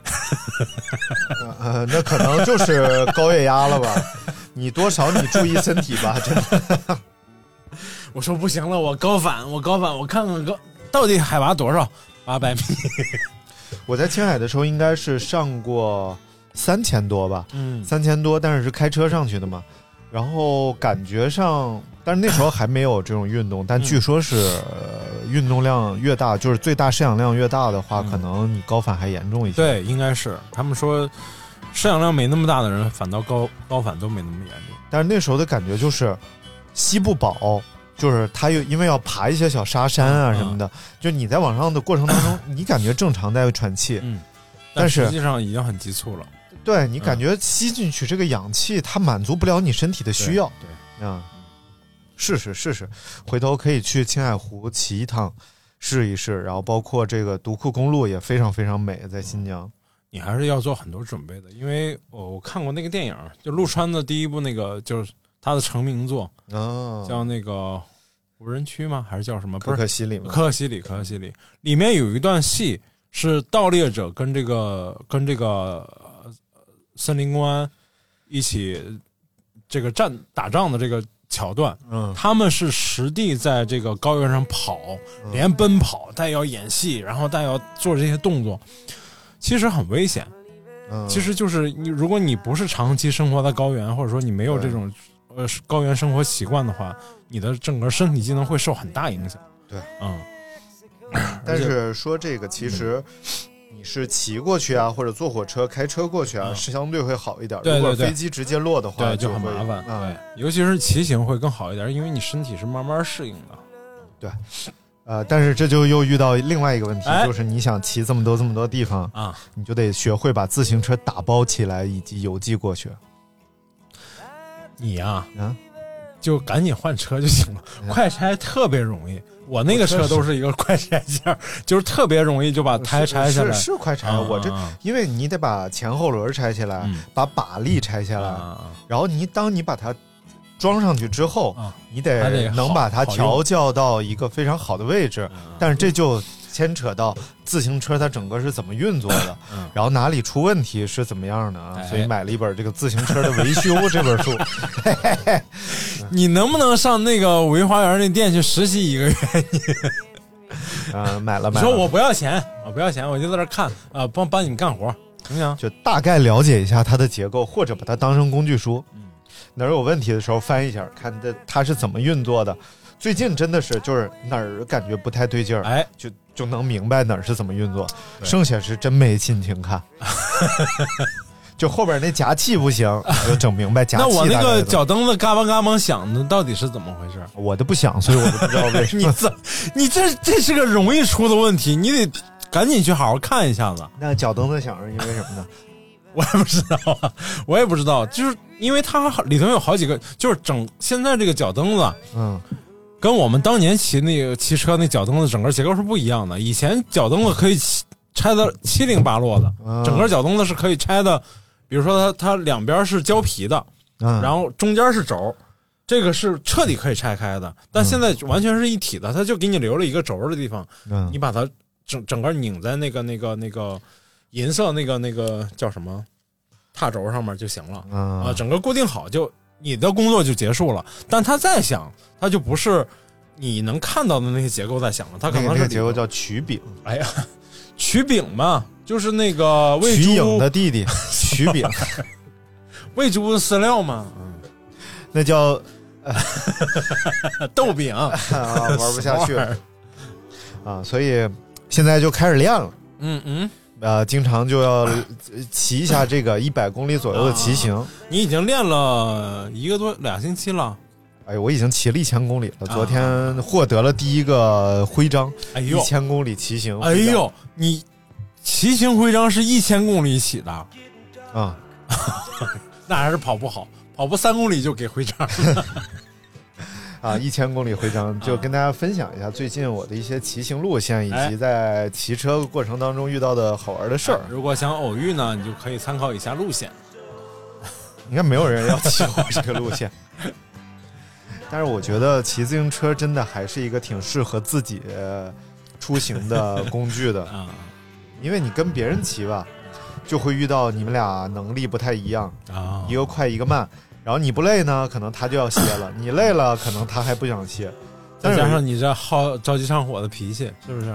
S8: 呃，那可能就是高血压了吧？ 你多少你注意身体吧， 真的。
S10: 我说不行了，我高反，我高反，我看看高到底海拔多少？八百米，
S8: 我在青海的时候应该是上过三千多吧，
S10: 嗯，
S8: 三千多，但是是开车上去的嘛。然后感觉上，但是那时候还没有这种运动，但据说是、呃运动量越大，就是最大摄氧量越大的话，
S10: 嗯
S8: 可能你高反还严重一些。
S10: 对，应该是他们说摄氧量没那么大的人，反倒高高反都没那么严重。
S8: 但是那时候的感觉就是吸不饱，就是它又因为要爬一些小沙山啊
S10: 嗯嗯
S8: 什么的，就你在往上的过程当中， 你感觉正常在喘气，
S10: 嗯，
S8: 但是
S10: 实际嗯上已经很急促了，
S8: 对你感觉吸进去这个氧气，它满足不了你身体的需要
S10: 对。对
S8: 啊。试试试试，回头可以去青海湖骑一趟，试一试。然后包括这个独库公路也非常非常美，在新疆。
S10: 你还是要做很多准备的，因为我我看过那个电影，就陆川的第一部那个，就是他的成名作，
S8: 啊，
S10: 叫那个无人区吗？还是叫什么？不是
S8: 可可西里嘛，
S10: 嗯可可西里，可可西里里面有一段戏是盗猎者跟这个跟这个呃森林公安一起这个战打仗的这个桥段，
S8: 嗯，
S10: 他们是实地在这个高原上跑，
S8: 嗯
S10: 连奔跑带要演戏，然后带要做这些动作，其实很危险。
S8: 嗯
S10: 其实就是你，如果你不是长期生活在高原，或者说你没有这种呃高原生活习惯的话，你的整个身体机能会受很大影响。
S8: 对，
S10: 嗯，
S8: 但是说这个，其实你是骑过去啊，或者坐火车、开车过去啊，
S10: 嗯
S8: 是相对会好一点。
S10: 对对
S8: 如果
S10: 对
S8: 飞机直接落的话，
S10: 对，就很
S8: 会
S10: 麻烦。
S8: 嗯
S10: 对，尤其是骑行会更好一点，因为你身体是慢慢适应的。
S8: 呃，但是这就又遇到另外一个问题，
S10: 哎
S8: 就是你想骑这么多这么多地方
S10: 啊，
S8: 你就得学会把自行车打包起来以及邮寄过去
S10: 你呀、
S8: 啊。哎
S10: 就赶紧换车就行了，快拆特别容易。我那个车都是一个快拆件儿，就是特别容易就把胎拆下来。
S8: 是是是快拆，
S10: 啊
S8: 我这
S10: 啊啊
S8: 因为你得把前后轮拆下来
S10: 嗯，
S8: 把把力拆下来，
S10: 啊，
S8: 然后你当你把它装上去之后
S10: 啊，还
S8: 你得
S10: 得好
S8: 能把它
S10: 好用
S8: 调教到一个非常好的位置，
S10: 嗯
S8: 但是这就牵扯到自行车它整个是怎么运作的，
S10: 嗯
S8: 然后哪里出问题是怎么样的啊
S10: 哎，
S8: 所以买了一本这个自行车的维修这 本书，
S10: 你能不能上那个五一花园那店去实习一个月？
S8: 啊，买了
S10: 你
S8: 买
S10: 说我
S8: 了，
S10: 不要钱，我不要钱，我就在这儿看啊、帮帮你们干活，行不行？
S8: 就大概了解一下它的结构，或者把它当成工具书
S10: 嗯，
S8: 哪儿有问题的时候翻一下，看它它是怎么运作的。最近真的是就是哪儿感觉不太对劲儿，
S10: 哎，
S8: 就就能明白哪儿是怎么运作，
S10: 对
S8: 剩下是真没心情 看。就后边那夹气不行，我就整明白夹 气
S10: 那
S8: 大概
S10: 我
S8: 的东西。
S10: 那个脚蹬子嘎嘣嘎嘣响的到底是怎么回事？
S8: 我的不响，所以我都不知道为 什
S10: 你
S8: 么。
S10: 这你这这是个容易出的问题，你得赶紧去好好看一下子。
S8: 那个脚蹬子响是因为什么呢？
S10: 我也不知道啊，我也不知道，就是因为它里头有好几个，就是整现在这个脚蹬子啊
S8: 嗯，
S10: 跟我们当年骑那个骑车那脚蹬子整个结构是不一样的。以前脚蹬子可以骑拆的七零八落的，
S8: 嗯
S10: 整个脚蹬子是可以拆的，比如说它它两边是胶皮的，
S8: 嗯
S10: 然后中间是轴，这个是彻底可以拆开的。但现在完全是一体的，它就给你留了一个轴的地方，
S8: 嗯
S10: 你把它整整个拧在那个那个那个银色那个那个叫什么踏轴上面就行了
S8: 嗯
S10: 啊，整个固定好就你的工作就结束了。但它再响，它就不是你能看到的那些结构在响了，它可能
S8: 那个那
S10: 是
S8: 个
S10: 里
S8: 结构叫曲柄，
S10: 哎呀曲炳嘛，就是那个魏
S8: 瞿颖
S10: 珠
S8: 的 弟弟瞿炳，
S10: 魏珠饲料嘛，
S8: 那 叫
S10: 豆饼，
S8: 啊玩不下去了啊，所以现在就开始练了。
S10: 嗯嗯，
S8: 呃，经常 就要呃骑一下这个一百公里左右的骑行。
S10: 你已经练了一个多俩星期了，
S8: 哎，我已经骑了一千公里了，昨天获得了第一个徽章，
S10: 啊哎
S8: 一
S10: 呦，
S8: 千公里骑行
S10: 哎
S8: 徽章。
S10: 呦，你骑行徽章是一千公里起的，
S8: 啊！
S10: 那还是跑步好，跑步三公里就给徽章。
S8: 啊，一千公里徽章，就跟大家分享一下最近我的一些骑行路线，以
S10: 啊哎
S8: 及在骑车过程当中遇到的好玩的事儿。
S10: 如果想偶遇呢，你就可以参考以下路线。
S8: 应该没有人要骑我这个路 线。但是我觉得骑自行车真的还是一个挺适合自己呃出行的工具 的，
S10: 啊
S8: 因为你跟别人骑吧，就会遇到你们俩能力不太一样，
S10: 啊
S8: 一个快一个慢。然后你不累呢，可能他就要歇了；你累了，可能他还不想歇。但
S10: 再
S8: 是
S10: 加上你这好着急上火的脾气，是不是？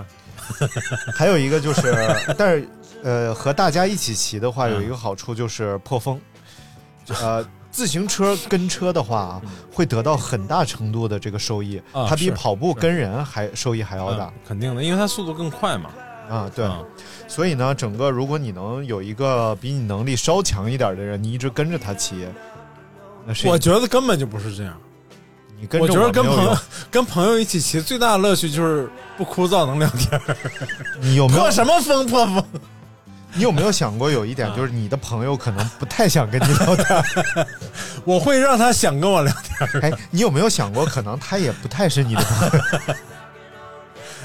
S8: 还有一个就是，但是呃，和大家一起骑的话，
S10: 嗯
S8: 有一个好处就是破风。呃，自行车跟车的话啊，会得到很大程度的这个收益，
S10: 嗯啊
S8: 它比
S10: 是
S8: 跑步
S10: 是
S8: 跟人还收益还要大
S10: 嗯肯定的，因为它速度更快嘛。
S8: 啊。对，
S10: 嗯
S8: 所以呢，整个如果你能有一个比你能力稍强一点的人，你一直跟着他骑，那是
S10: 我觉得根本就不是这样。
S8: 你跟着
S10: 我觉得跟
S8: 没有
S10: 朋友
S8: 用
S10: 跟朋友一起骑最大的乐趣就是不枯燥，能聊 天。
S8: 你有没有
S10: 破什么风破风？
S8: 你有没有想过有一
S10: 嗯
S8: 点，就是你的朋友可能不太想跟你聊天。
S10: 我会让他想跟我聊天。
S8: 哎，你有没有想过，可能他也不太是你的朋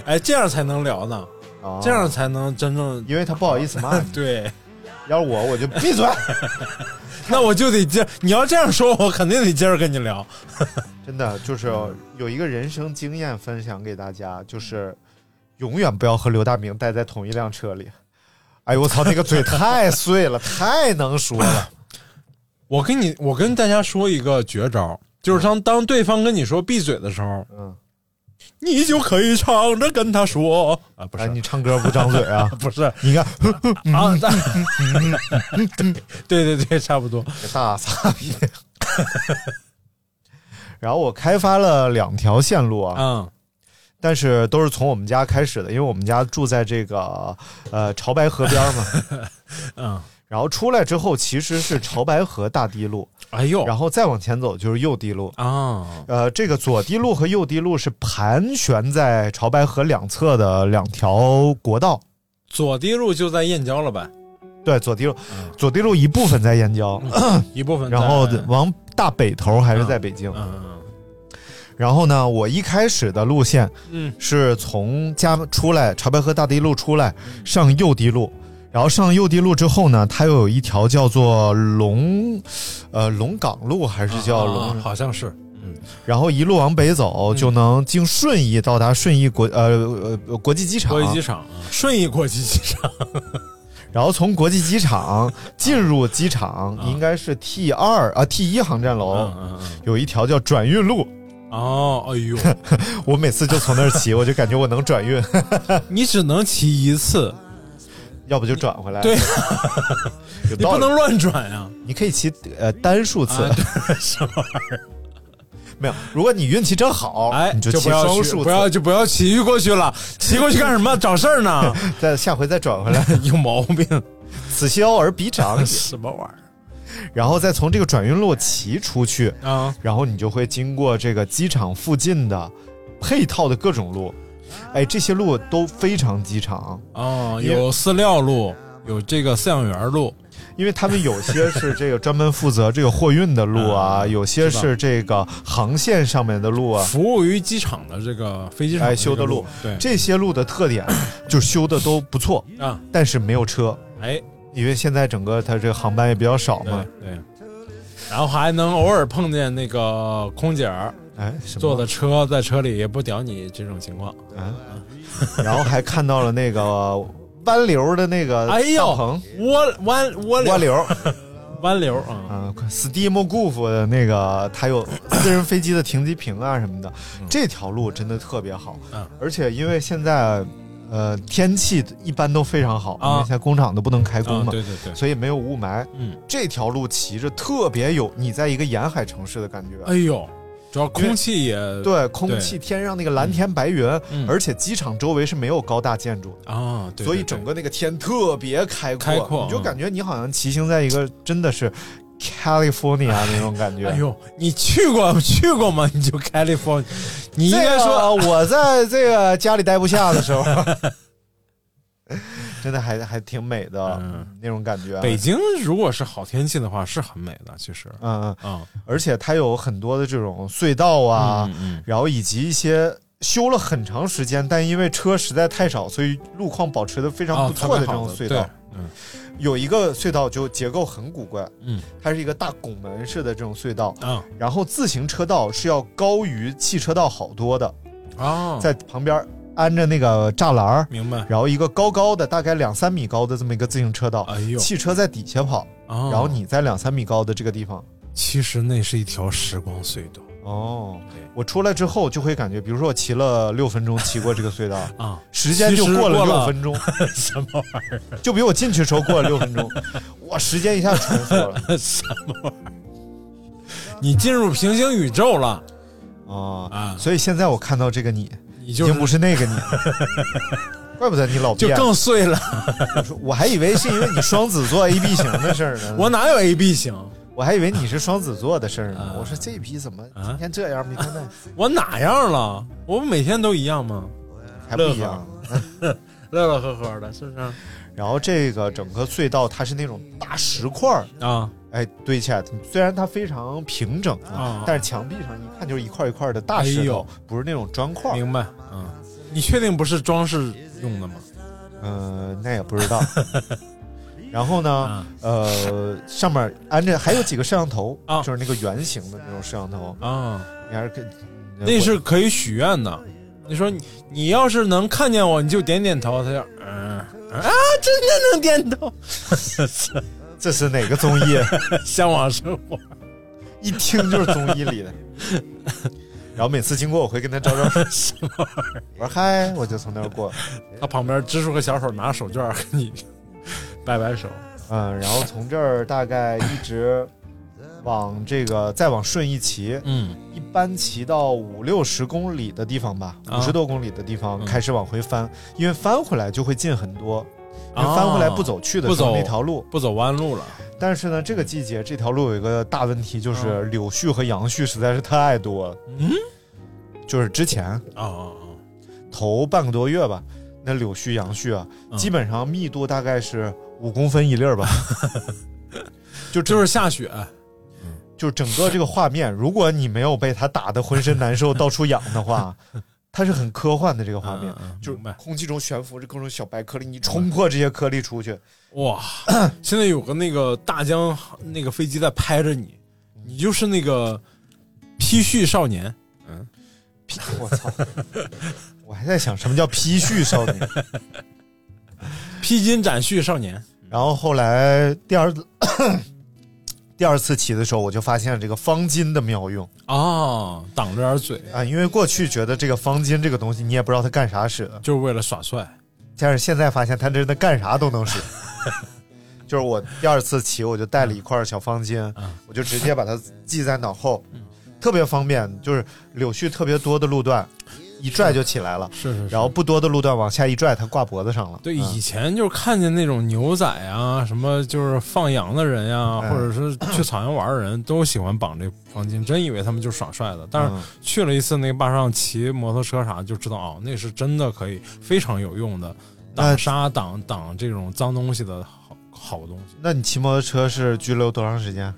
S10: 哎，这样才能聊呢，
S8: 友？啊
S10: 这样才能真正
S8: 因为他不好意思骂你。
S10: 对。
S8: 要是我，我就闭嘴。
S10: 那我就得接，你要这样说，我肯定得接着跟你聊。
S8: 真的就是有一个人生经验分享给大家，就是永远不要和刘大明待在同一辆车里。哎呦我操，那个嘴太碎了，太能说了。
S10: 我跟你，我跟大家说一个绝招，就是当当对方跟你说闭嘴的时候，
S8: 嗯，
S10: 你就可以唱着跟他说啊， 不是、
S8: 哎，你嗯唱歌不张嘴啊？
S10: 不是啊，啊
S8: 你看，
S10: 那
S8: 嗯
S10: 对对对，差不多。
S8: 个大傻逼。然后我开发了两条线路啊，
S10: 嗯
S8: 但是都是从我们家开始的，因为我们家住在这个呃潮白河边嘛。
S10: 嗯，
S8: 然后出来之后其实是潮白河大堤路，
S10: 哎呦，
S8: 然后再往前走就是右堤路。
S10: 啊，
S8: 呃，这个左堤路和右堤路是盘旋在潮白河两侧的两条国道。
S10: 左堤路就在燕郊了呗，
S8: 对，左堤路，左堤路一部分在燕郊，
S10: 一部分在。
S8: 然后往大北头还是在北京。
S10: 嗯
S8: 然后呢，我一开始的路线
S10: 嗯
S8: 是从家出来，潮白河大堤路出来，
S10: 嗯
S8: 上右堤路。然后上右堤路之后呢，它又有一条叫做龙，呃，龙岗路还是
S10: 嗯，
S8: 叫龙、
S10: 啊好像是
S8: 然后一路往北走，就能经顺义到达顺义国呃呃国际机场，
S10: 国际机场，啊顺义国际机场。
S8: 然后从国际机场进入机
S10: 啊
S8: 场，应该是 T 二啊 T 一航站楼。
S10: 嗯嗯嗯。
S8: 有一条叫转运路，
S10: 哦，哎 呦，
S8: 我每次就从那儿骑，我就感觉我能转运，
S10: 你只能骑一次，
S8: 要不就转回来。
S10: 对，
S8: 有
S10: 你
S8: 道
S10: 不
S8: 理
S10: 能乱转 呀。
S8: 你可以骑呃单数次，
S10: 啊，对什么玩意儿？
S8: 没有。如果你运气真好，
S10: 哎，
S8: 你就骑
S10: 不要
S8: 双
S10: 去
S8: 数
S10: 不要
S8: 次，
S10: 就不要骑过去了，骑过去干什么？找事儿 呢？
S8: 再下回再转 回来。
S10: 有毛病，
S8: 此消而彼长也，
S10: 什么玩意
S8: 然后再从这个转运路骑出去，
S10: 儿啊？
S8: 然后你就会经过这个机场附近的配套的各种路，哎，这些路都非常机场，
S10: 哦，
S8: 因为
S10: 有饲料路，有这个饲养员路，
S8: 因为他们有些是这个专门负责这个货运的 路啊，有些是这个航线上面的路啊，
S10: 服务于机场的这个飞机场这个
S8: 哎修的路，
S10: 对
S8: 这些路的特点就是修的都不错，
S10: 啊，
S8: 但是没有车，
S10: 哎，
S8: 因为现在整个它这个航班也比较少
S10: 对
S8: 嘛，
S10: 对，然后还能偶尔碰见那个空姐儿
S8: 哎，什么
S10: 坐的车，在车里也不屌你这种情况。
S8: 啊，然后还看到了那个弯流的那个
S10: 哎呦
S8: 大棚，
S10: 弯弯弯
S8: 涡
S10: 流
S8: 流。
S10: 弯流啊，
S8: 啊，Steam Goof 的那个，它有私人飞机的停机坪啊什么的，这条路真的特别好。
S10: 嗯
S8: 而且因为现在呃，天气一般都非常好，
S10: 啊
S8: 因为现在工厂都不能开工
S10: 嗯，
S8: 嘛，
S10: 对对对，
S8: 所以没有雾霾。
S10: 嗯，
S8: 这条路骑着特别有你在一个沿海城市的感觉。
S10: 哎呦，主要
S8: 因为
S10: 空气也
S8: 对，空气天上那个蓝天白云，
S10: 嗯
S8: 而且机场周围是没有高大建筑的，
S10: 啊，对，
S8: 所以
S10: 对对
S8: 整个那个天特别开阔，
S10: 开阔
S8: 你就
S10: 嗯
S8: 感觉你好像骑行在一个真的是 California 那种感觉。
S10: 哎呦，你去过去过吗？你就 California，你 应
S8: 这
S10: 该
S8: 个
S10: 说、
S8: 我在这个家里待不下的时候， 真的还还挺美的、
S10: 嗯
S8: 那种感觉啊。
S10: 北京如果是好天气的话，是很美的，其实
S8: 嗯，嗯
S10: 啊
S8: 而且它有很多的这种隧道啊，
S10: 嗯
S8: 然后以及一些修了很长时间，但因为车实在太少，所以路况保持的非
S10: 嗯，
S8: 常
S10: 啊
S8: 不错的这种
S10: 特
S8: 隧
S10: 别
S8: 道。
S10: 好的对嗯
S8: 有一个隧道就结构很古怪，
S10: 嗯
S8: 它是一个大拱门式的这种隧道，
S10: 啊
S8: 然后自行车道是要高于汽车道好多的，
S10: 啊，
S8: 在旁边安着那个栅栏儿，
S10: 明白，
S8: 然后一个高高的大概两三米高的这么一个自行车道，
S10: 哎呦，
S8: 汽车在底下跑，
S10: 啊
S8: 然后你在两三米高的这个地方。
S10: 其实那是一条时光隧道
S8: 哦
S10: 对，
S8: 我出来之后就会感觉，比如说我骑了六分钟，骑过这个隧道，
S10: 啊，
S8: 时间就过
S10: 其实
S8: 了
S10: 过
S8: 六
S10: 了
S8: 分钟，
S10: 什么玩意
S8: 就比我进去时候过了六 分钟，哇，时间一下重复了
S10: 儿？什么玩意儿？你进入平行宇宙了，
S8: 啊
S10: 啊！
S8: 所以现在我看到这个你，
S10: 你
S8: 已
S10: 就
S8: 经不是 那个你了，怪不得你老
S10: 就
S8: 变。
S10: 更碎了。
S8: 我说我还以为是因为你双子座 A B 型的事儿 呢，
S10: 我哪有 A B 型？
S8: 我还以为你是双子座的事儿呢
S10: 啊。
S8: 我说这批怎么
S10: 啊
S8: 今天这样，明天那
S10: 我哪样了？我不每天都一样吗？
S8: 还不一样？
S10: 乐乐呵呵的，是不是？
S8: 然后这个整个隧道它是那种大石块儿，
S10: 啊，
S8: 哎，堆起来的。虽然它非常平整啊
S10: 啊，
S8: 但是墙壁上一看就是一块一块的大石
S10: 哎
S8: 头
S10: 呦，
S8: 不是那种砖块儿。
S10: 明白。嗯，你确定不是装饰用的吗？
S8: 嗯，那也不知 道。然后呢
S10: 啊，
S8: 呃，上面安着还有几个摄像头，
S10: 啊
S8: 就是那个圆形的那种摄像头，
S10: 啊，
S8: 你还是可以呃
S10: 那是可以许愿的。你说你你要是能看见我，你就点点头。他就嗯啊，真的能点头，
S8: 这是哪个综艺？
S10: 向往生活。
S8: 一听就是综艺里的。 然后每次经过我会跟他招招 手，我说嗨，我就从那儿过，
S10: 他旁边支出个小手，拿手绢儿给你 摆摆手。
S8: 嗯，然后从这儿大概一直往这个再往顺义骑，
S10: 嗯
S8: 一般骑到五六十公里的地方吧，
S10: 啊
S8: 五十多公里的地方
S10: 嗯
S8: 开始往回翻，因为翻回来就会近很多，因为
S10: 啊
S8: 翻回来不走去的
S10: 不
S8: 时候
S10: 走
S8: 那条路。
S10: 不走弯路了。
S8: 但是呢，这个季节这条路有一个大问题，就是柳絮和杨絮实在是太多了。
S10: 啊嗯，
S8: 就是之前
S10: 啊啊啊！
S8: 头半个多月吧，那柳絮、杨絮啊，
S10: 嗯
S8: 基本上密度大概是五公分一粒 儿吧。就
S10: 就
S8: 就是
S10: 是下雪，
S8: 就是整个这个画面，如果你没有被它打得浑身难受、到处痒的 话，它是很科幻的这个画面。
S10: 嗯嗯
S8: 就是
S10: 明白
S8: 空气中悬浮着各种小白颗粒，你冲破这些颗粒
S10: 嗯
S8: 出去，
S10: 哇！现在有个那个大疆那个飞机在拍着你，你就是那个披絮少年。
S8: 屁！我操！ 我还在想什么叫披絮少年。
S10: 嗯披荆斩棘少年
S8: 然后后来第二 第二次骑的时候，我就发现了这个方巾的妙用
S10: 啊，挡着点嘴，
S8: 啊，因为过去觉得这个方巾这个东西你也不知道它干啥使的，
S10: 就是为了耍帅。
S8: 但是现在发现它真的干啥都能使。 就是我第二次骑，我就带了一块小方巾
S10: 嗯，
S8: 我就直接把它系在脑后，特别方便。就是柳絮特别多的路段，一拽就起来了，
S10: 是是
S8: 然后不多的路段往下一拽，它挂脖子上了。
S10: 对，
S8: 嗯
S10: 以前就是看见那种牛仔啊，什么就是放羊的人呀、
S8: 嗯
S10: 或者是去草原玩的人，都喜欢绑这黄金，真以为他们就是耍帅的。但是
S8: 嗯
S10: 去了一次那个坝上骑摩托车啥，就知道哦，那是真的可以非常有用的，
S8: 那
S10: 挡沙、挡挡这种脏东西的好好东西。
S8: 那你骑摩托车是拘留多长时间？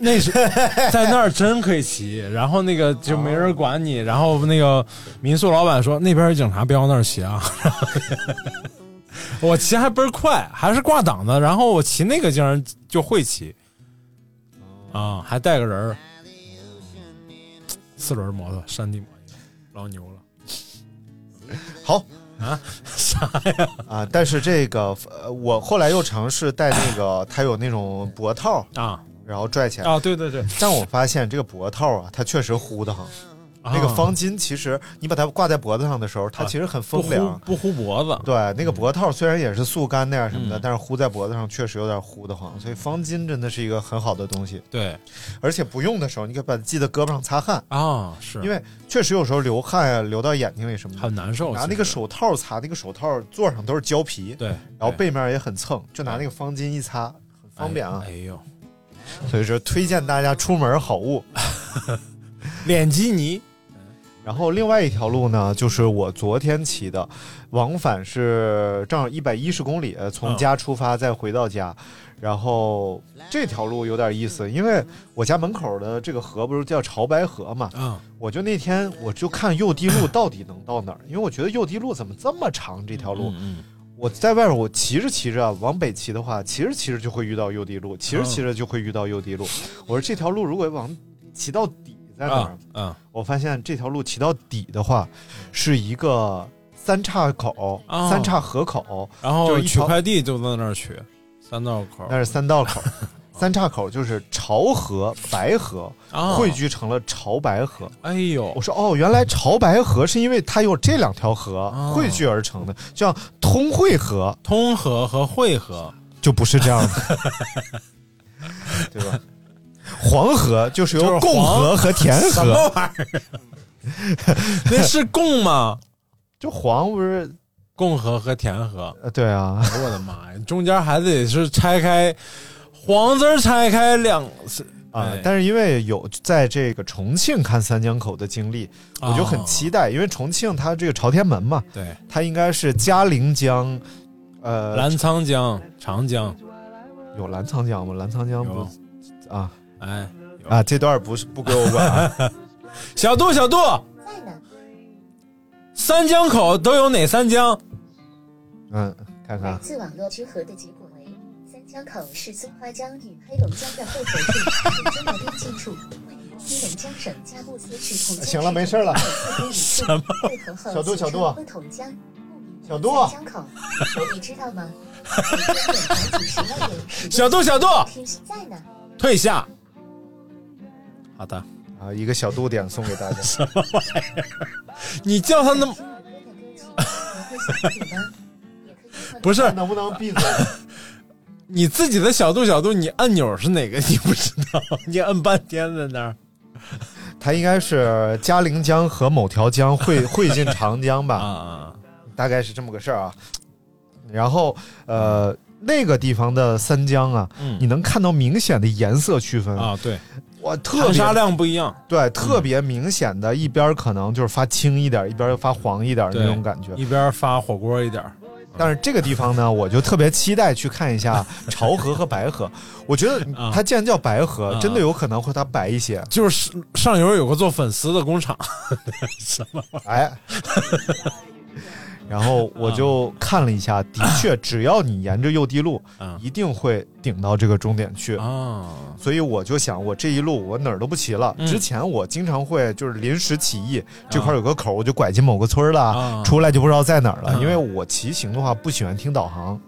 S10: 那是 在那儿真可以骑，然后那个就没人管你，然后那个民宿老板说那边有警察，别往那儿骑啊。 我骑还倍儿快，还是挂档的，然后我骑那个竟然就会骑，啊，还带个人儿，四轮摩托，山地摩托，老牛了
S8: 好，
S10: 啊！啥呀？
S8: 啊，但是这个呃，我后来又尝试戴那个，它有那种脖套，
S10: 啊
S8: 然后拽起来。
S10: 啊，对对对，
S8: 但我发现这个脖套啊，它确实呼的很，那个
S10: 啊
S8: 方巾其实你把它挂在脖子上的时候，它其实很
S10: 不嗯
S8: 风
S10: 糊
S8: 凉。
S10: 不糊脖子，
S8: 对，那个脖套虽然也是速干那样什么
S10: 嗯
S8: 的，但是糊在脖子上确实有点糊得慌，所以方巾真的是一个很好的东西，
S10: 对
S8: 而且不用的时候，你可以把它系在胳膊上擦汗，
S10: 啊，是
S8: 因为确实有时候流汗啊，流到眼睛里什么的，
S10: 很难受，
S8: 拿
S10: 其
S8: 那个
S10: 实
S8: 手套擦，那个手套座上都是胶皮，
S10: 对，
S8: 然后
S10: 对
S8: 背面也很蹭，就拿那个方巾一擦，很方便啊
S10: 哎。哎呦，
S8: 所以说，推荐大家出门好物。
S10: 脸基尼
S8: 然后另外一条路呢，就是我昨天骑的，往返是正好一百一十公里，呃从
S10: 嗯
S8: 家出发再回到家。然后这条路有点意思，因为我家门口的这个河不是叫潮白河嘛，
S10: 啊，
S8: 我就那天我就看右堤路到底能到哪儿，因为我觉得右堤路怎么这么长这条路，
S10: 嗯
S8: 我在外边我骑着骑着啊，往北骑的话，骑着骑着就会遇到右堤路，骑着骑着就会遇到右堤路。我说这条路如果往骑到底在
S10: 嗯
S8: 哪儿，
S10: 啊啊
S8: 我发现这条路骑到底的话，是一个三岔口、
S10: 嗯哦
S8: 三岔河口，
S10: 然后
S8: 就是一
S10: 取
S8: 条
S10: 快递就在那儿取，三道口
S8: 那是三道 口。三岔口就是潮河、白河
S10: 啊
S8: 汇。聚成了潮白河。
S10: 哎呦
S8: 我，说哦，原来潮白河是因为它有这两条河
S10: 哦
S8: 汇聚而成的，像通惠河
S10: 通河和惠河
S8: 就不是这样的， 对吧？黄河就是
S10: 就是
S8: 由
S10: 黄
S8: 共 和和田
S10: 什么
S8: 河，
S10: 玩意儿？ 那是共吗？
S8: 就黄不是
S10: 共和和田河。
S8: 呃对啊，
S10: 我的妈呀，中间还得是拆开黄字儿拆开两次
S8: 啊
S10: 哎，
S8: 但是因为有在这个重庆看三江口的经历，
S10: 哦
S8: 我就很期待，因为重庆它这个朝天门嘛，
S10: 对，
S8: 它应该是嘉陵江，呃，
S10: 澜沧江、长江，
S8: 有澜沧江吗？澜沧江不啊
S10: 哎，
S8: 啊，这段不是不归我管啊，
S10: 小度小度，
S11: 在哪？
S10: 三江口都有哪三江？
S8: 嗯，看看
S3: 自网络之河的结果为，三江口是松花江与黑龙江的汇合处，本江的边境处，位于黑龙江省佳木斯市同江市
S8: 行了没事了
S3: 什么？汇合后
S8: 小度
S3: 形
S8: 小度
S3: 成不同江，故名为
S8: 小度
S3: 三江口，你知道吗？
S10: 小度小度，
S3: 在哪？
S10: 退下。好的，
S8: 啊，一个小度点送给大家，
S10: 你叫他那么不是
S8: 能不能闭嘴？
S10: 你自己的小度小度，你按钮是哪个？ 你不知道，你摁半天在那儿
S8: 它应该是嘉陵江和某条江汇汇进长江吧？
S10: 啊啊
S8: 大概是这么个事儿啊。然后呃，那个地方的三江啊，
S10: 嗯
S8: 你能看到明显的颜色区分
S10: 啊！，啊对，
S8: 哇，特
S10: 含
S8: 别
S10: 沙量不一样，
S8: 对，特别明显的，一边可能就是发青一点，一边发黄一点
S10: 对
S8: 那种感觉。
S10: 一边发火锅一点儿
S8: 但是这个地方呢，我就特别期待去看 一下潮河和白河。我觉得
S10: 啊
S8: 它既然叫白河，
S10: 啊
S8: 真的有可能会它白一些。
S10: 就是上游有个做粉丝的工 厂，
S8: 哎， 然后我就看了一下，的 确，只要你沿着右堤路，
S10: 啊
S8: 一定会顶到这个终点去。
S10: 啊，
S8: 所以我就想，我这一路我哪儿都不骑了。
S10: 嗯
S8: 之前我经常会就是临时起意，这块儿有个口，我就拐进某个村儿了，
S10: 啊
S8: 出来就不知道在哪儿了。
S10: 啊
S8: 因为我骑行的话不喜欢听导航，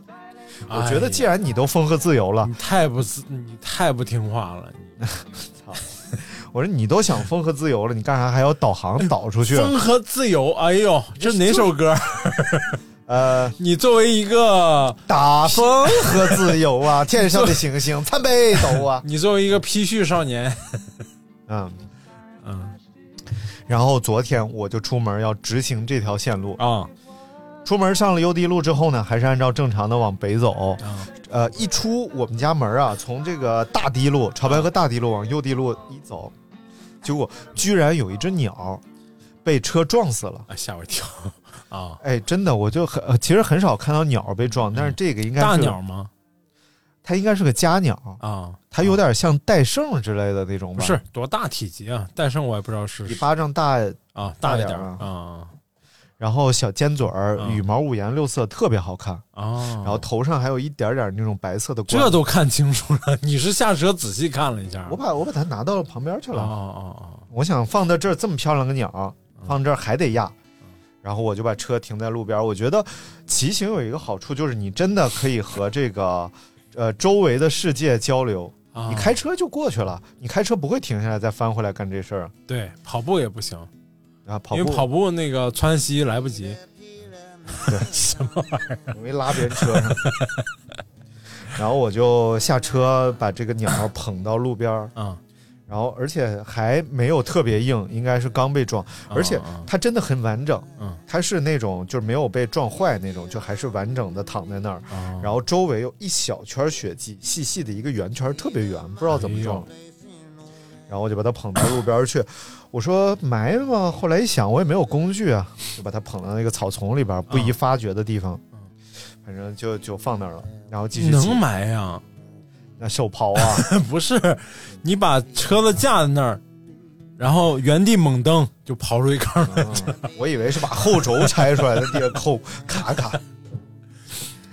S10: 哎
S8: 我觉得既然你都风和自由了
S10: 你，太不自，你太不听话了，
S8: 我说你都想风和自由了，你干啥还要导航导出去？啊
S10: 风和自由，哎呦，这哪首歌？
S8: 呃，
S10: 你作为一个，
S8: 打风和自由 啊，天上的星星参北斗啊，
S10: 你作为一个批续少年，
S8: 嗯。
S10: 嗯
S8: 然后昨天我就出门要执行这条线路，
S10: 啊
S8: 出门上了右地路之后呢，还是按照正常的往北走。
S10: 啊
S8: 呃，一出我们家门啊，从这个大堤路潮白河大堤路往右堤路一走，结果居然有一只鸟被车撞死了。
S10: 啊！吓我一跳啊！
S8: 哎，真的，我就很、呃其实很少看到鸟被撞，但是这个应该是
S10: 嗯大鸟，吗？
S8: 它应该是个家鸟，
S10: 啊，
S8: 它有点像戴胜之类的那种吧，
S10: 不是多大体积啊？戴胜我也不知道是
S8: 比巴掌大，
S10: 啊，
S8: 大
S10: 大一
S8: 点
S10: 点
S8: 儿
S10: 儿啊
S8: 然后小尖嘴儿，
S10: 嗯
S8: 羽毛五颜六色，特别好看。
S10: 啊，
S8: 然后头上还有一点点那种白色的光。
S10: 这都看清楚了，你是下车仔细看了一下？
S8: 我把我把它拿到旁边去
S10: 哦
S8: 了，
S10: 哦
S8: 我想放到这儿这么漂亮个鸟，
S10: 嗯
S8: 放这儿还得压。然后我就把车停在路边。我觉得骑行有一个好处，就是你真的可以和这个呃周围的世界交流。
S10: 哦，
S8: 你
S10: 啊
S8: 开车就过去了，你开车不会停下来再翻回来干这事儿。
S10: 对跑步也不行
S8: 啊，跑
S10: 因为
S8: 步
S10: 跑步那个窜稀来不及。
S8: 对
S10: 什么玩意儿？
S8: 容易拉别人车上。然后我就下车把这个鸟儿捧到路边儿，
S10: 啊，
S8: 然后而且还没有特别硬，应该是刚被撞，而且它真的很完整，
S10: 嗯
S8: 它是那种就是没有被撞坏那种，就还是完整的躺在那儿，
S10: 啊，
S8: 然后周围有一小圈血迹，细细的一个圆圈，特别圆，不知道怎么撞。
S10: 哎
S8: 然后我就把它捧到路边儿去，我说埋吧。后来一想，我也没有工具啊，就把它捧到那个草丛里边儿不
S10: 嗯
S8: 宜发掘的地方，反正就就放那儿了。然后继续骑
S10: 能埋呀？
S8: 那手刨啊，
S10: 不是，你把车子架在那儿，然后原地猛蹬就刨出一坑来。
S8: 嗯我以为是把后轴拆出来的地方扣卡卡，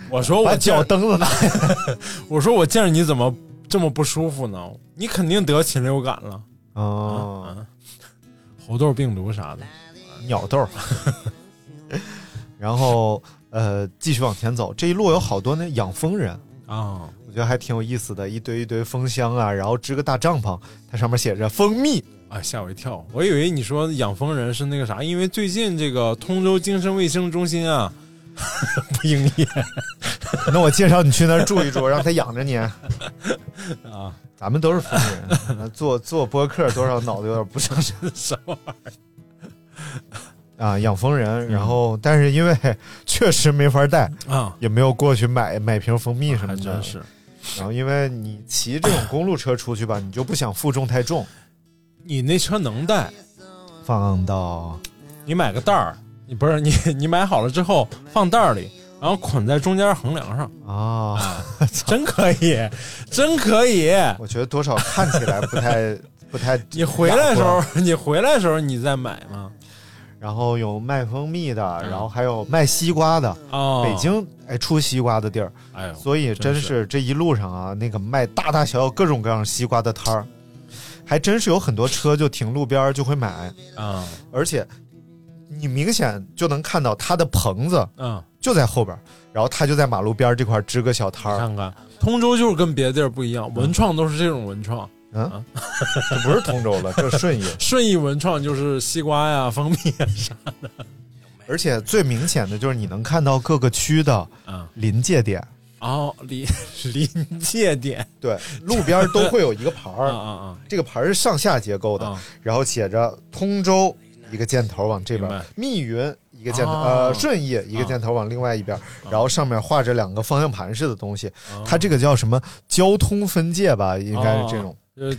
S10: 我说我
S8: 把脚
S10: 见，
S8: 蹬子拿。
S10: 我说我见着你怎么这么不舒服呢？你肯定得禽流感了，啊
S8: 哦，
S10: 猴痘病毒啥的。
S8: 嗯鸟豆儿。然后呃，继续往前走，这一路有好多那养蜂人。
S10: 啊，
S8: 我觉得还挺有意思的，一堆一堆蜂箱啊，然后支个大帐篷，它上面写着蜂蜜。
S10: 啊，吓我一跳！我以为你说养蜂人是那个啥，因为最近这个通州精神卫生中心啊不营业
S8: 那我介绍你去那儿住一住，让它养着你。
S10: 啊，
S8: 咱们都是蜂人，做做播客多少脑子有点不正常
S10: 什么玩意
S8: 啊，养蜂人。
S10: 嗯
S8: 然后，但是因为 确实没法带，
S10: 儿啊？
S8: 也没有过去买买瓶蜂蜜
S10: 还
S8: 什么的。
S10: 啊真是，
S8: 然后，因为你骑这种公路车出去吧，你就不想负重太 重，
S10: 你那车能带？
S8: 放到
S10: 你买个袋儿，你不是你 你买好了之后放袋儿里，然后捆在中间横梁上，
S8: 啊，
S10: 真可以，真可以。
S8: 我觉得多少看起来不 太不太。
S10: 你回来的时候， 你回来的时候你再买嘛。
S8: 然后有卖蜂蜜的，然后还有卖西瓜的。
S10: 嗯哦，
S8: 北，京哎出西瓜的地儿，
S10: 哎呦，
S8: 所以真
S10: 真
S8: 是这一路上啊，那个卖大大小小各种各样西瓜的摊儿，还真是有很多车就停路边儿就会买，
S10: 啊，
S8: 而且你明显就能看到他的棚子
S10: 嗯，
S8: 就在后边儿，然后他就在马路边儿这块儿支个小摊
S10: 你
S8: 儿，
S10: 看看，通州就是跟别的地儿不一样，文创都是这种文创，啊
S8: 嗯， 这不是通州了，这是 顺义，
S10: 顺义文创就是西瓜呀、蜂蜜呀啥
S8: 而且最明显的就是你能看到各个区的
S10: 啊。
S8: 临界点，
S10: 哦，临 临界点
S8: 对，路边儿都会有一个牌
S10: 啊
S8: 儿，
S10: 啊啊！
S8: 这个牌儿是上下结构的，
S10: 啊
S8: 然后写着通州一个箭头往这边
S10: 明白，
S8: 密云一个箭头，
S10: 哦
S8: 呃，顺义一个箭头往另外一边，
S10: 啊
S8: 然后上面画着两个方向盘似的东西，它这个叫什么交通分界吧，应该是这种，
S10: 呃，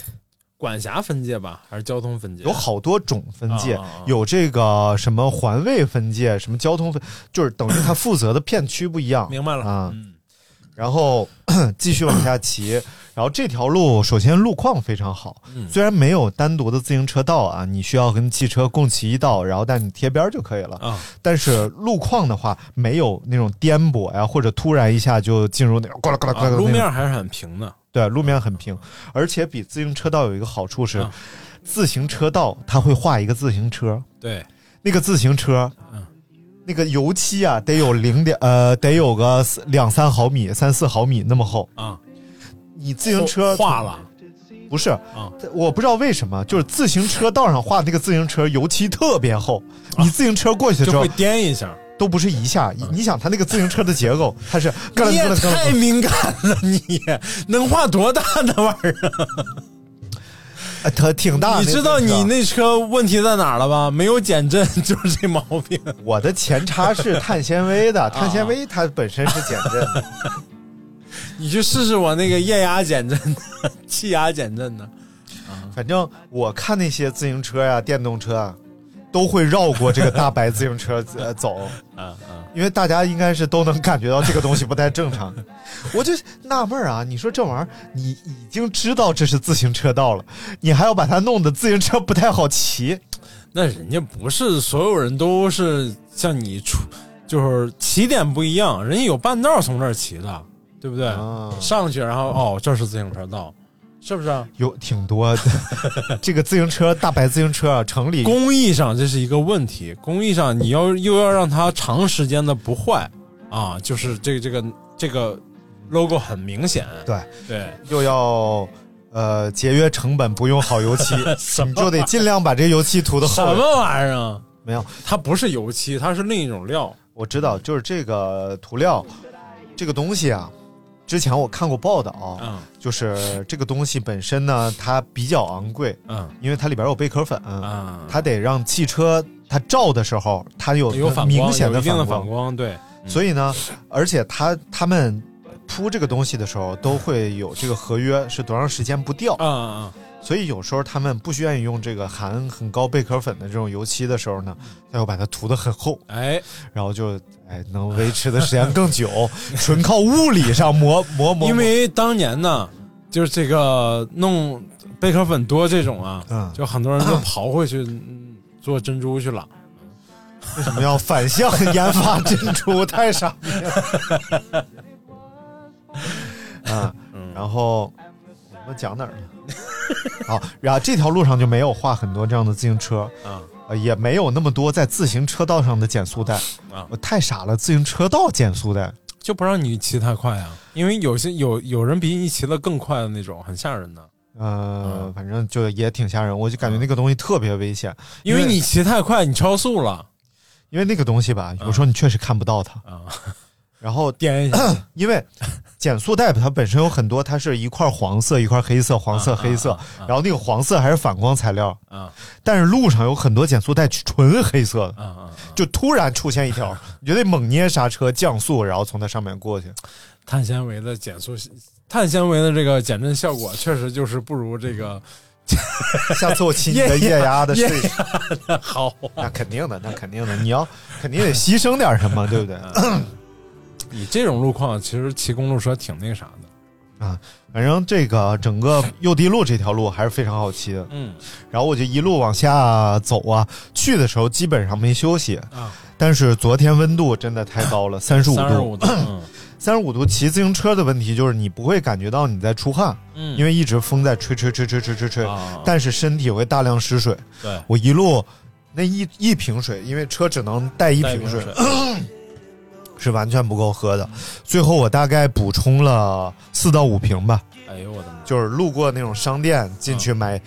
S10: 管辖分界吧，还是交通分界？
S8: 有好多种分界
S10: 哦哦哦，
S8: 有这个什么环卫分界，什么交通分，就是等于它负责的片区不一样。
S10: 明白了
S8: 啊，
S10: 嗯
S8: 然后 继续往下骑，然后这条路首先路况非常好，
S10: 嗯
S8: 虽然没有单独的自行车道啊，你需要跟汽车共骑一道，然后但你贴边儿就可以了。
S10: 啊
S8: 但是路况的话，没有那种颠簸呀，或者突然一下就进入那种呱啦呱啦呱啦
S10: 啊，
S8: 那种
S10: 路面还是很平的。
S8: 对路面很平，而且比自行车道有一个好处是，
S10: 啊
S8: 自行车道它会画一个自行车，
S10: 对，
S8: 那个自行车，
S10: 嗯
S8: 那个油漆啊，得有零点呃，得有个四两三毫米、三四毫米那么厚。
S10: 啊，
S8: 你自行车
S10: 化了
S8: 不是？
S10: 啊
S8: 我不知道为什么，就是自行车道上画那个自行车油漆特别厚，你自行车过去的
S10: 啊就
S8: 时候
S10: 会颠一下。
S8: 都不是一下。你想它那个自行车的结构，它是咯
S10: 你
S8: 楞
S10: 也
S8: 咯楞咯
S10: 太
S8: 楞，
S10: 敏感了，你能画多大的玩意儿
S8: 呃它挺大。
S10: 啊？你知道
S8: 那个自行
S10: 你
S8: 车
S10: 那车问题在哪儿了吧？没有减震 就是这毛病。
S8: 我的前叉是碳纤 维
S10: 啊
S8: 的，碳纤维它本身是减震的。
S10: 你去试试我那个液压减震的、气压减震的。
S8: 反正我看那些自行车呀、电动车啊，都会绕过这个大白自行车 呃走，
S10: 啊啊！
S8: 因为大家应该是都能感觉到这个东西不太 正常。我就纳闷儿啊，你说这玩意儿，你已经知道这是自行车道了，你还要把它弄得自行车不太好骑，
S10: 那人家不是所有人都是像你出，就是起点不一样，人家有半道从这儿骑的，对不对？
S8: 啊
S10: 上去然后哦，这是自行车道，是不是啊？
S8: 有挺多的。这个自行车大白自行车啊，城里
S10: 工艺上这是一个问题，工艺上你要又要让它长时间的不坏啊，就是这个这个这个 logo 很明显，
S8: 对
S10: 对
S8: 又要呃，节约成本，不用好油 漆，你就得尽量把这油漆涂的
S10: 什
S8: 厚。
S10: 么玩意儿啊？
S8: 没有，
S10: 它不是油漆，它是另一种料。
S8: 我知道，就是这个涂料，这个东西啊，之前我看过报道，
S10: 嗯
S8: 就是这个东西本身呢，它比较昂贵，
S10: 嗯
S8: 因为它里边有贝壳粉，
S10: 啊，
S8: 它得让汽车它照的时候，它有
S10: 有反光，
S8: 明显
S10: 有一定嗯的
S8: 反
S10: 反光，对，
S8: 所以呢，而且它他们铺这个东西的时候，都会有这个合约是多长时间不掉，
S10: 嗯嗯嗯，
S8: 所以有时候他们不愿意用这个含很高贝壳粉的这种油漆的时候呢，他要把它涂得很厚，
S10: 哎，
S8: 然后就哎能维持的时间更久， 纯靠物理上磨磨磨。
S10: 因为当年呢，就是这个弄贝壳粉多这种啊，
S8: 嗯
S10: 就很多人就刨回 去嗯做珍珠去了。
S8: 为什么要反向研发珍珠？太傻逼了。啊，
S10: 嗯
S8: 然后我们讲哪儿了？ 好，然后这条路上就没有画很多这样的自行车，
S10: 啊
S8: 呃，也没有那么多在自行车道上的减速带。
S10: 啊
S8: 我太傻了，自行车道减速带。
S10: 就不让你骑太快啊，因为有些有有人比你骑得更快的那种，很吓人的。嗯
S8: 呃，反正就也挺吓人，我就感觉那个东西特别危险，
S10: 因为你骑太快，你超速了
S8: 因为那个东西吧，有时候你确实看不到它。
S10: 啊，
S8: 然后
S10: 颠一下。
S8: 因为减速带它本身有很多，它是一块黄色一块黑色，黄色
S10: 啊
S8: 黑色
S10: 啊啊，
S8: 然后那个黄色还是反光材料，
S10: 啊
S8: 但是路上有很多减速带纯黑色的，
S10: 啊啊！
S8: 就突然出现 一条，你就得猛捏刹车降速，然后从它上面过去。
S10: 碳纤维的减速，碳纤维的这个减震效果确实就是不如这个
S8: 下次我骑你的液压的试试，
S10: 好。啊
S8: 那肯定的，那肯定的，你要肯定得牺牲点什么，对不对？
S10: 啊你这种路况，其实骑公路车挺那啥的。
S8: 反正这个整个右堤路这条路还是非常好骑的。
S10: 嗯
S8: 然后我就一路往下走啊，去的时候基本上没休息，
S10: 啊，
S8: 但是昨天温度真的太高了，三十五
S10: 三十
S8: 度
S10: 五。度，嗯
S8: 三十五度骑自行车的问题就是你不会感觉到你在出汗，
S10: 嗯，
S8: 因为一直风在吹吹吹吹吹吹吹，
S10: 啊
S8: 但是身体会大量失水。
S10: 对
S8: 我一路那一一瓶水，因为车只能带一
S10: 带
S8: 瓶水，是完全不够喝的。最后我大概补充了四到五瓶吧，
S10: 哎呦我的妈！
S8: 就是路过那种商店进去买。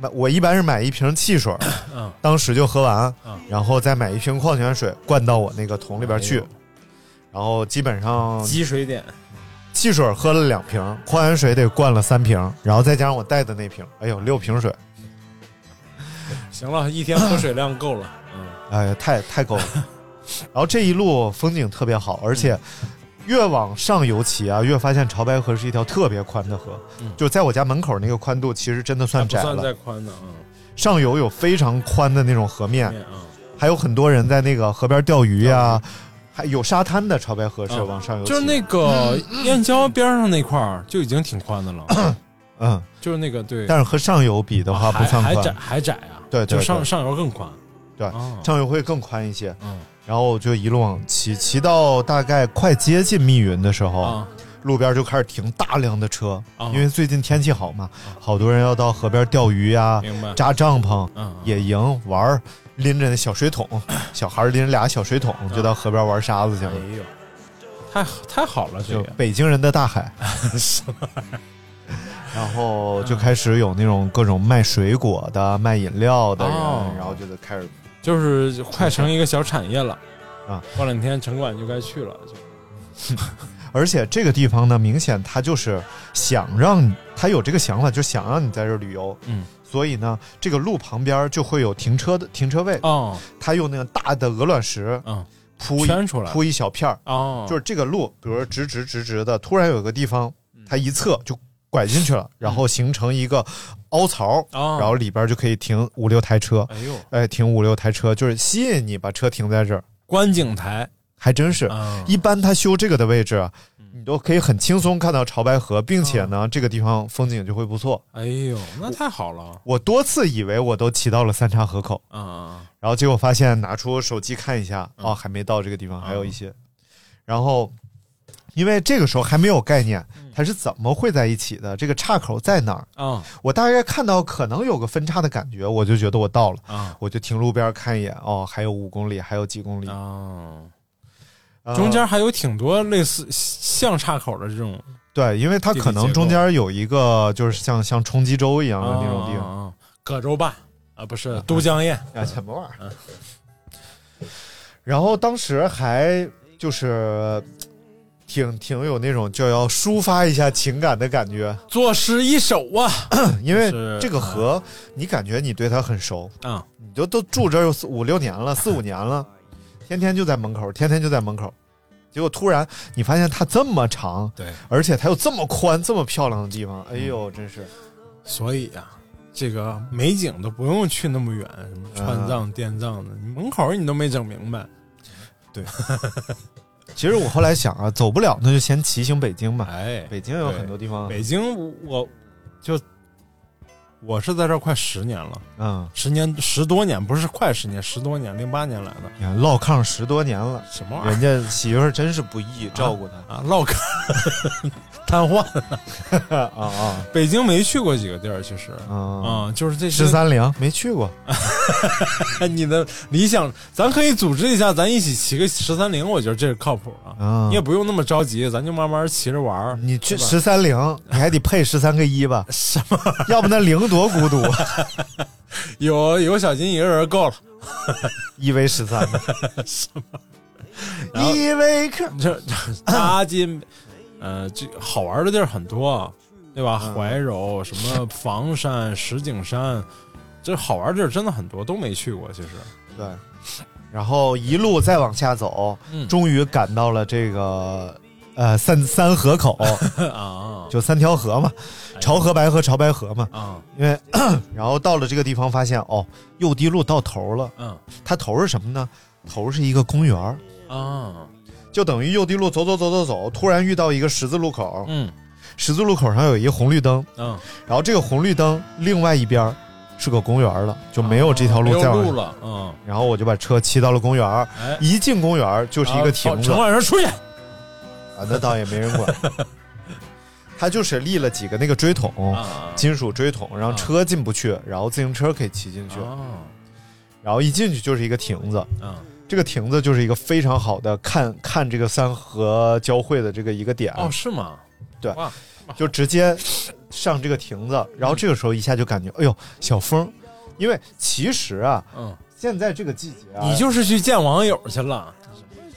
S8: 买我一般是买一瓶汽水，
S10: 嗯
S8: 当时就喝完
S10: 嗯，
S8: 然后再买一瓶矿泉水灌到我那个桶里边
S10: 哎
S8: 去
S10: 呦，
S8: 然后基本上
S10: 积水点，
S8: 汽水喝了两瓶，矿泉水得灌了三瓶，然后再加上我带的那瓶，哎呦，六瓶水，
S10: 行了，一天喝水量够了。嗯
S8: 哎呀，太 太够了。然后这一路风景特别好，而且
S10: 嗯
S8: 越往上游骑啊，越发现潮白河是一条特别宽的河，
S10: 嗯
S8: 就在我家门口那个宽度，其实真的
S10: 还
S8: 算
S10: 不
S8: 窄
S10: 算
S8: 了
S10: 再。宽的，嗯，
S8: 上游有非常宽的那种河面，
S10: 面啊，
S8: 还有很多人在那个河边钓鱼呀、还有沙滩的潮白河是
S10: 嗯
S8: 往上游骑，
S10: 就是那个燕郊边上那块儿就已经挺宽的了，
S8: 嗯，
S10: 就是那个对，
S8: 但是和上游比的话
S10: 啊
S8: 不算
S10: 还还
S8: 宽，
S10: 窄还窄啊，
S8: 对对
S10: 就上
S8: 对
S10: 上游更宽，
S8: 对
S10: 哦
S8: 上游会更宽一些。
S10: 嗯
S8: 然后我就一路往骑，骑到大概快接近密云的时候，
S10: 啊
S8: 路边就开始停大量的车，
S10: 啊
S8: 因为最近天气好嘛，好多人要到河边钓鱼呀、
S10: 哦明白
S8: 扎帐篷、
S10: 嗯嗯
S8: 野营玩儿，拎着那小水桶，小孩儿拎着俩小水桶就到河边玩沙子去了
S10: 嗯哎。呦，太太好了，这
S8: 就
S10: 个
S8: 北京人的 大海，
S10: 是
S8: 然后就开始有那种各种卖水果的、卖饮料的人，
S10: 哦
S8: 然后就得开始
S10: 就是快成一个小产业了
S8: 啊！
S10: 过两天城管就该去了，就
S8: 而且这个地方呢，明显他就是想让你，他有这个想法，就想让你在这儿旅游。
S10: 嗯，
S8: 所以呢，这个路旁边就会有停车的停车位，
S10: 哦，
S8: 他用那个大的鹅卵石
S10: 嗯，
S8: 铺一
S10: 圈出来
S8: 铺一小片儿，
S10: 哦，
S8: 就是这个路，比如说直直直直的，突然有个地方，
S10: 嗯
S8: 它一侧就拐进去了，然后形成一个凹槽，
S10: 哦
S8: 然后里边就可以停五六台车，
S10: 哎呦，
S8: 哎，停五六台车，就是吸引你把车停在这儿，
S10: 观景台
S8: 还真是。
S10: 啊，嗯
S8: 一般他修这个的位置啊，你都可以很轻松看到潮白河，并且
S10: 啊
S8: 呢，这个地方风景就会不错。
S10: 哎呦，那太好了，
S8: 我多次以为我都骑到了三岔河口，
S10: 啊啊
S8: 然后结果发现拿出手机看一下，
S10: 嗯
S8: 哦，还没到这个地方，还有一些。然后，因为这个时候还没有概念，
S10: 嗯
S8: 它是怎么会在一起的，这个岔口在哪儿？
S10: 啊
S8: 我大概看到可能有个分叉的感觉，我就觉得我到了，
S10: 啊
S8: 我就停路边看一眼，哦，还有五公里，还有几公里，
S10: 啊！中间还有挺多类似像岔口的这种，
S8: 对，因为它可能中间有一个就是像像冲击舟一样的那啊种地方。
S10: 方，啊葛洲坝啊，不是都江堰，
S8: 呀，什么玩意儿？然后当时还就是挺挺有那种就要抒发一下情感的感觉，
S10: 作诗一首啊，
S8: 因为
S10: 就是
S8: 这个河，你感觉你对它很熟，
S10: 啊，
S8: 你就都住这儿有四五六年了，四五年了，天天就在门口，天天就在门口。结果突然你发现它这么长，
S10: 对，
S8: 而且它有这么宽、这么漂亮的地方，哎呦，真是
S10: 所以啊，这个美景都不用去那么远，什么川藏、滇藏的，你门口你都没整明白。
S8: 啊其实我后来想啊，走不了那就先骑行北京吧。
S10: 哎，
S8: 北京有很多地方，
S10: 北京我，我就我是在这儿快十年了，
S8: 嗯，
S10: 十年十多年，不是快十年，十多年，零八年来的，
S8: 你看唠炕十多年了，
S10: 什么玩意
S8: 人
S10: 儿
S8: 家媳妇儿真是不易照顾他
S10: 啊？唠嗑 瘫痪了。
S8: 啊啊
S10: 北京没去过几个地儿，其实
S8: 啊啊！
S10: 啊、就是这些
S8: 十三陵没去过，
S10: 你的理想，咱可以组织一下，咱一起骑个十三陵，我觉得这是靠谱啊。
S8: 啊
S10: 你也不用那么着急，咱就慢慢骑着玩儿。
S8: 你去
S10: 是吧
S8: 十三陵，你还得配十三个一 吧？
S10: 什么？
S8: 要不那陵多孤独，啊
S10: 有有小金一个人够了。
S8: 一 v 十三，
S10: 然后
S8: 一 v 克，
S10: 这扎金，呃，这好玩的地儿很多，对吧？
S8: 嗯
S10: 怀柔、什么房山、石景山，这好玩的地儿真的很多，都没去过。其实，
S8: 对。然后一路再往下走，
S10: 嗯
S8: 终于赶到了这个呃三三河口，
S10: 啊 哎
S8: 就三条河嘛，潮河、白河、潮白河嘛。
S10: 啊
S8: 因为，然后到了这个地方，发现哦，右堤路到头了。
S10: 嗯
S8: 它头是什么呢？头是一个公园儿，
S10: 啊
S8: 就等于右堤路走走走走走，突然遇到一个十字路口，
S10: 嗯
S8: 十字路口上有一个红绿灯，
S10: 嗯，
S8: 然后这个红绿灯另外一边儿是个公园儿了，就没有这条
S10: 哦没
S8: 路
S10: 有
S8: 再往
S10: 路
S8: 上。
S10: 了，嗯，
S8: 然后我就把车骑到了公园儿，
S10: 哎，
S8: 一进公园儿就是一个亭子
S10: 城
S8: 啊，
S10: 管说出去，
S8: 那倒也没人 管。它就是立了几个那个锥桶，
S10: 啊
S8: 金属锥桶，让
S10: 啊
S8: 车进不去，然后自行车可以骑进去。
S10: 啊
S8: 然后一进去就是一个亭子，
S10: 啊
S8: 这个亭子就是一个非常好的看看这个三河交汇的这个一个点，
S10: 哦，是吗？
S8: 对
S10: 哇，
S8: 就直接上这个亭子，然后这个时候一下就感觉，哎呦，小风，因为其实啊，
S10: 嗯，
S8: 现在这个季节、啊，
S10: 你就是去见网友去了，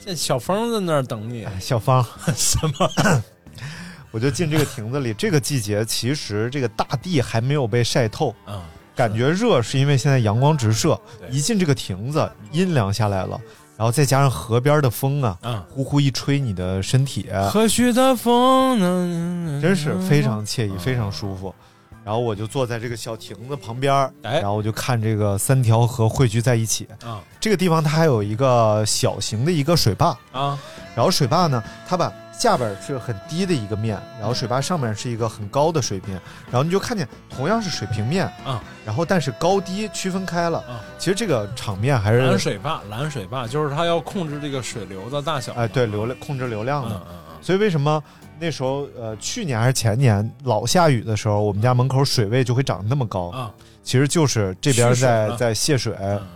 S10: 这小峰在那儿等你，
S8: 哎小芳，
S10: 什么？
S8: 我就进这个亭子里，这个季节其实这个大地还没有被晒透，
S10: 啊，
S8: 感觉热是因为现在阳光直射，
S10: 对
S8: 一进这个亭子，阴凉下来了，然后再加上河边的风啊，
S10: 啊
S8: 呼呼一吹你的身体，
S10: 何须的风呢？
S8: 啊真是非常惬
S10: 嗯
S8: 意，非常舒服。然后我就坐在这个小亭子旁边儿，
S10: 哎
S8: 然后我就看这个三条河汇聚在一起。
S10: 啊
S8: 这个地方它还有一个小型的一个水坝，
S10: 啊
S8: 然后水坝呢，它把下边是很低的一个面，然后水坝上面是一个很高的水面，然后你就看见同样是水平面
S10: 啊，
S8: 然后但是高低区分开了
S10: 啊。
S8: 其实这个场面还
S10: 拦
S8: 是
S10: 水坝，拦水坝就是它要控制这个水流的大小。
S8: 哎对流量控制流量
S10: 嗯
S8: 的，
S10: 嗯嗯，
S8: 所以为什么那时候呃去年还是前年老下雨的时候，我们家门口水位就会涨那么高
S10: 啊？
S8: 其实就是这边
S10: 蓄水
S8: 在
S10: 了
S8: 在泄水，
S10: 嗯
S8: 然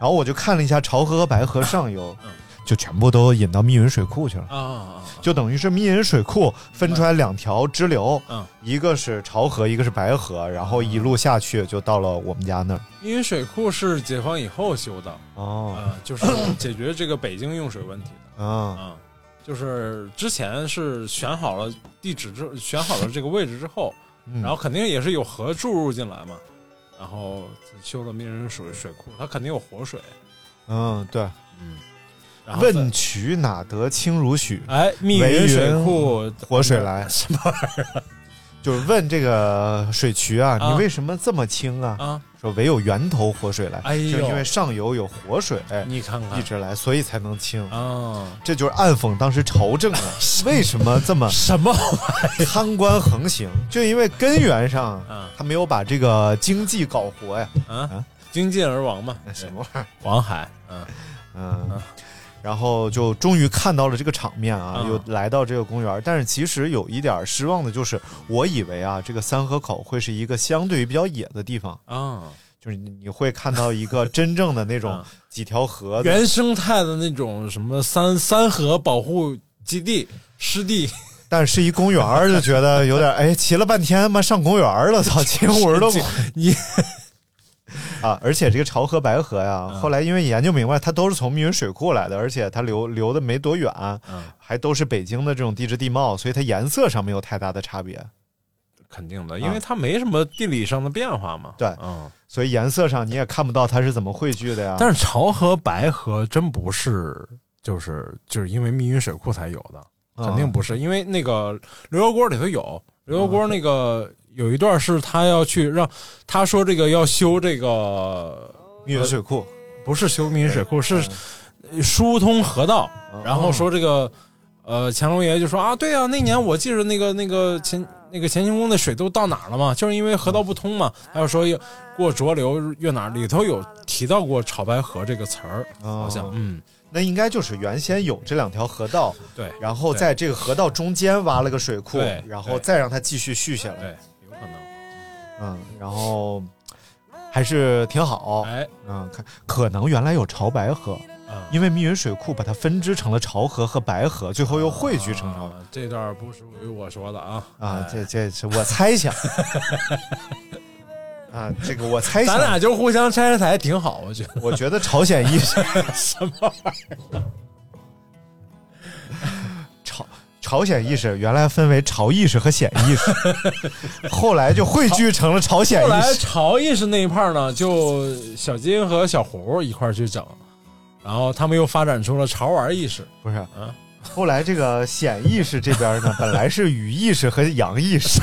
S8: 后我就看了一下潮河和白河上游
S10: 嗯，
S8: 就全部都引到密云水库去了。
S10: 啊啊
S8: 就等于是密云水库分出来两条支流，
S10: 嗯，
S8: 一个是潮河，一个是白河，然后一路下去就到了我们家那儿。
S10: 因为水库是解放以后修的，
S8: 哦，
S10: 啊，就是解决这个北京用水问题的
S8: 嗯，
S10: 啊。就是之前是选好了地址之选好了这个位置之后，
S8: 嗯
S10: 然后肯定也是有河注入进来嘛，然后修了密云水水库，它肯定有活水。
S8: 嗯，对，
S10: 嗯，然后再
S8: 问渠哪得清如许？
S10: 哎，密
S8: 唯
S10: 云水
S8: 云
S10: 库
S8: 活水 来
S10: 什么玩意
S8: 就是问这个水渠啊，
S10: 啊
S8: 你为什么这么清啊
S10: 儿？啊？
S8: 说唯有源头活水来，
S10: 哎呦嗯
S8: 就是因为上游有活水
S10: 你看
S8: 哎一
S10: 看
S8: 直来，所以才能清。
S10: 啊，
S8: 这就是暗讽当时朝 政啊，为什么这么
S10: 什么
S8: 贪官横行？就因为根源上
S10: 啊
S8: 他没有把这个经济搞活呀。
S10: 啊？精尽而亡嘛，
S8: 什么玩意儿？
S10: 王海，嗯
S8: 嗯，然后就终于看到了这个场面啊，
S10: 嗯
S8: 又来到这个公园。但是其实有一点失望的就是，我以为啊，这个三河口会是一个相对于比较野的地方，
S10: 啊
S8: 就是你你会看到一个真正的那种几条河的
S10: 原生态的那种什么三三河保护基地、湿地，
S8: 但是一公园儿就觉得有点哎，骑了半天妈上公园儿 了，操，骑五十多公里
S10: 你
S8: 啊！而且这个潮河、白河呀，后来因为研究明白，它都是从密云水库来的，而且它流流的没多远，还都是北京的这种地质地貌，所以它颜色上没有太大的差别。
S10: 肯定的，因为它没什么地理上的变化嘛。
S8: 对
S10: 嗯，
S8: 所以颜色上你也看不到它是怎么汇聚的呀。
S10: 但是潮河、白河真不是，就是就是因为密云水库才有的，
S8: 嗯
S10: 肯定不是，因为那个刘油锅里头有刘油锅那个有一段是他要去让他说这个要修这个
S8: 密云水库，
S10: 不是修
S8: 嗯
S10: 密云水库，是疏通河道。然后说这个，呃，乾隆爷就说啊，对啊，那年我记着那个那个乾那个乾清宫的水都到哪儿了嘛，就是因为河道不通嘛。还有说要过浊流越哪儿，里头有提到过潮白河这个词儿，好像
S8: 哦
S10: 嗯，
S8: 那应该就是原先有这两条河道，
S10: 对
S8: 然后在这个河道中间挖了个水库
S10: 对，
S8: 然后再让它继续续下来。
S10: 对，有可能，
S8: 嗯，然后还是挺好。
S10: 哎，
S8: 嗯，可可能原来有潮白河，
S10: 啊，
S8: 因为密云水库把它分支成了潮河和白河，最后又汇聚成潮
S10: 啊这段不属于我说的啊
S8: 啊。
S10: 哎
S8: 这这是我 猜想啊，这个我猜
S10: 咱
S8: 想。
S10: 俩就互相拆拆台，挺好，我觉 得。
S8: 我觉得朝鲜意识
S10: 什么玩意儿？
S8: 朝朝鲜意识原来分为朝意识和显意识， 后来就汇聚成了朝鲜
S10: 后来
S8: 意识。
S10: 潮意识那一派儿呢，就小金和小胡一块儿去整，然后他们又发展出了潮玩意识。
S8: 不是
S10: 嗯，
S8: 后来这个显意识这边呢，本来是雨意识和阳 意识，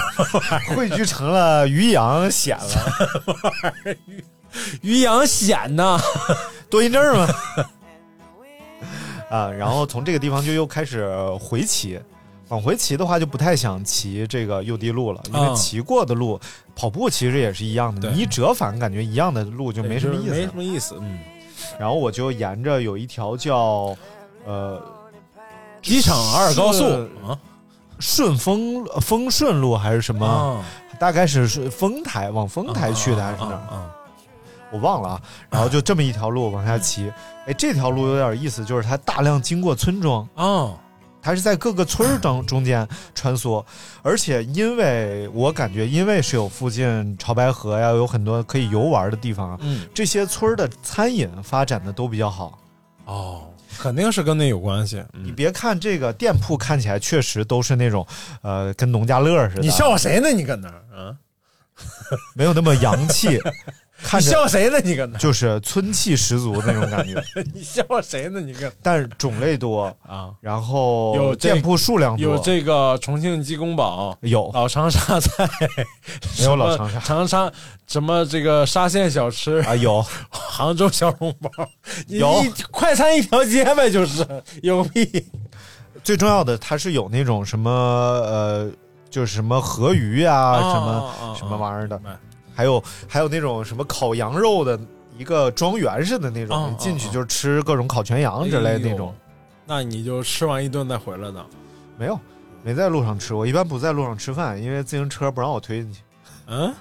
S8: 汇聚成了于阳显了，
S10: 于洋显呐，
S8: 多音症嘛。啊，然后从这个地方就又开始回骑，往回骑的话就不太想骑这个右地路了，因为
S10: 嗯
S8: 骑过的路，跑步其实也是一样的，
S10: 对
S8: 你一折返，感觉一样的路就没什么意
S10: 没
S8: 思
S10: 什。么意思。嗯，
S8: 然后我就沿着有一条叫呃
S10: 机场二高速啊
S8: 是顺丰呃丰顺路还是什么，
S10: 啊，
S8: 大概是是丰台往丰台去的还是哪儿，
S10: 啊？
S8: 我忘了啊。然后就这么一条路往下骑，哎，这条路有点意思，就是它大量经过村庄，
S10: 啊啊，
S8: 它是在各个村儿当中间穿梭，而且因为我感觉，因为是有附近潮白河呀，有很多可以游玩的地方啊，
S10: 嗯，
S8: 这些村儿的餐饮发展的都比较好。
S10: 哦，肯定是跟那有关系。
S8: 你
S10: 嗯
S8: 别看这个店铺看起来确实都是那种，呃，跟农家乐似的，
S10: 你笑话谁呢？你搁那儿啊？
S8: 没有那么洋 气，看
S10: 你
S8: 着
S10: 笑话谁呢？你搁那儿？
S8: 就是村气十足那种感觉，
S10: 你笑话谁呢？你搁
S8: 但是种类多，
S10: 啊？
S8: 然后
S10: 有这
S8: 店铺数量多，
S10: 啊有这个重庆鸡公堡，
S8: 有
S10: 老长沙菜，
S8: 没有老
S10: 什么
S8: 长沙
S10: 长沙什么这个沙县小吃，
S8: 啊有，
S10: 杭州小笼包，你
S8: 有
S10: 你快餐一条街呗，就是有个屁
S8: 最重要的它是有那种什么呃，就是什么河鱼啊，什么什么玩意儿的，
S10: 儿
S8: 还有还有那种什么烤羊肉的一个庄园似的那
S10: 啊
S8: 种，你进去
S10: 啊啊
S8: 就吃各种烤全羊之类的那种。，
S10: 哎呦那你就吃完一顿再回来呢。
S8: 没有，没在路上吃。我一般不在路上吃饭，因为自行车不让我推进去，
S10: 嗯，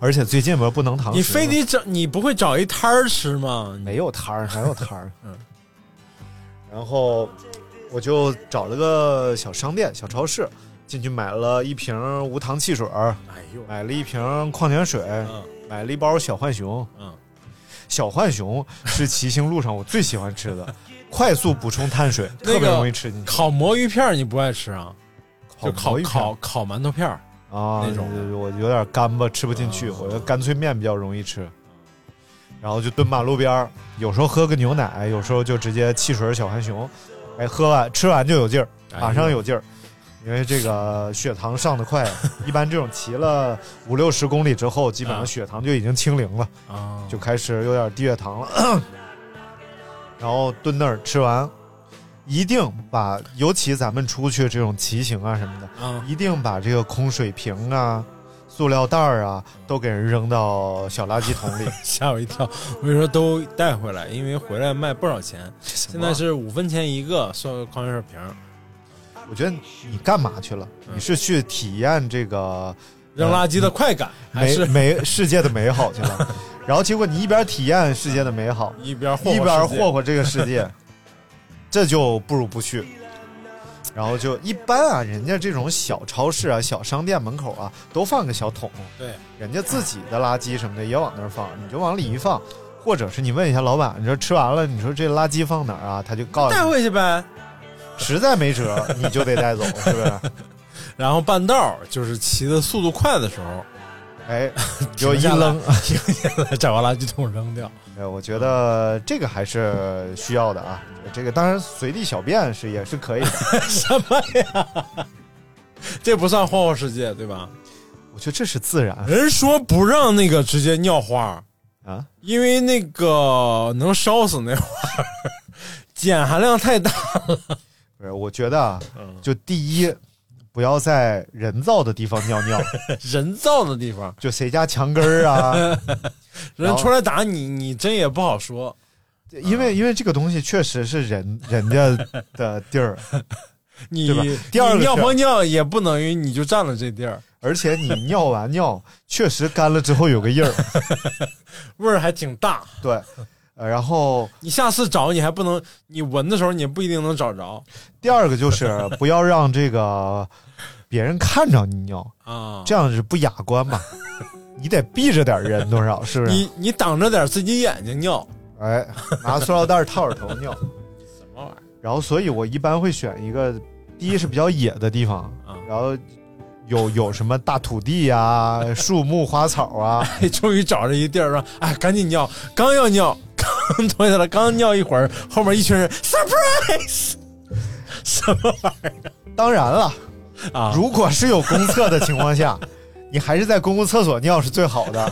S8: 而且最近不是不能堂食吗
S10: 你非得找你不会找一摊儿吃吗？
S8: 没有摊儿，哪有摊儿？
S10: 嗯。
S8: 然后我就找了个小商店、小超市，进去买了一瓶无糖汽水儿，
S10: 哎呦，
S8: 买了一瓶矿泉水，
S10: 嗯
S8: 买了一包小浣熊。
S10: 嗯，
S8: 小浣熊是骑行路上我最喜欢吃的， 快速补充碳水，
S10: 那个
S8: 特别容易吃进去。
S10: 烤魔芋片儿你不爱吃啊？就烤
S8: 毛一片
S10: 烤烤馒头片儿，
S8: 啊
S10: 那种的
S8: 我有点干巴，吃不进去，
S10: 啊
S8: 我觉得干脆面比较容易吃。然后就蹲马路边儿，有时候喝个牛奶，有时候就直接汽水小浣熊，哎，喝完吃完就有劲儿，
S10: 哎
S8: 马上有劲儿，因为这个血糖上的 快，一般这种骑了五六十公里之后，基本上
S10: 啊
S8: 血糖就已经清零了，
S10: 啊，
S8: 就开始有点低血糖了。然后蹲那儿吃完，一定把，尤其咱们出去这种骑行啊什么的，
S10: 啊
S8: 一定把这个空水瓶啊、塑料袋儿啊都给人扔到小垃圾桶里。
S10: 吓我一跳！我跟你说，都带回来，因为回来卖不少钱。现在是五分钱一个，算矿泉水瓶儿，
S8: 我觉得你干嘛去了？
S10: 嗯
S8: 你是去体验这个嗯
S10: 扔垃圾的快感，还
S8: 美
S10: 是
S8: 美世界的美好去了？然后结果你一边体验世界的美好，
S10: 一边霍霍
S8: 一边
S10: 世界
S8: 霍霍这个世界，这就不如不去。然后就一般啊，人家这种小超市啊、小商店门口啊，都放个小桶，
S10: 对，
S8: 人家自己的垃圾什么的也往那儿放，你就往里一放，或者是你问一下老板，你说吃完了，你说这垃圾放哪儿啊？他就告诉
S10: 带
S8: 你，
S10: 回去呗。
S8: 实在没辙，你就得带走，是不是？
S10: 然后半道儿就是骑的速度快的时候，
S8: 哎，你就一
S10: 停下来
S8: 扔，
S10: 停下来找个垃圾桶扔掉。
S8: 哎，我觉得这个还是需要的啊。这个当然随地小便是也是可以的，
S10: 什么呀？ 这不算霍霍世界对吧？
S8: 我觉得这是自然
S10: 人说不让那个直接尿花儿，
S8: 啊。
S10: 因为那个能烧死那花儿， 碱含量太大。
S8: 不是，我觉得啊，就第一，不要在人造的地方尿尿，
S10: 人造的地方，
S8: 就谁家墙根儿啊，然
S10: 人
S8: 后
S10: 出来打你，你真也不好说。
S8: 因
S10: 啊
S8: 为因为这个东西确实是人人家的地儿，
S10: 你
S8: 对吧第二
S10: 你
S8: 个是
S10: 尿不尿也不等于你就占了这地儿，
S8: 而且你尿完尿确实干了之后有个印儿，
S10: 味儿还挺大。
S8: 对。呃然后
S10: 你下次找你还不能，你闻的时候你也不一定能找着
S8: 第二个就是不要让这个别人看着你尿，
S10: 啊。
S8: 这样是不雅观 嘛？你得避着点人，多少是不啊是？
S10: 你你挡着点自己眼睛尿，
S8: 哎，拿塑料袋套着头尿。
S10: 什么玩意儿？
S8: 然后，所以我一般会选一个，第一是比较野的地方
S10: 啊，
S8: 然后有有什么大土地呀、啊、树木、花草啊，
S10: 哎，终于找着一地儿说，哎，赶紧尿，刚要尿，刚 脱下来，刚尿一会儿，后面一群人 surprise，什么玩意
S8: 当然了，
S10: 儿啊？
S8: 如果是有公厕的情况 下，你还是在公共厕所尿是最好的。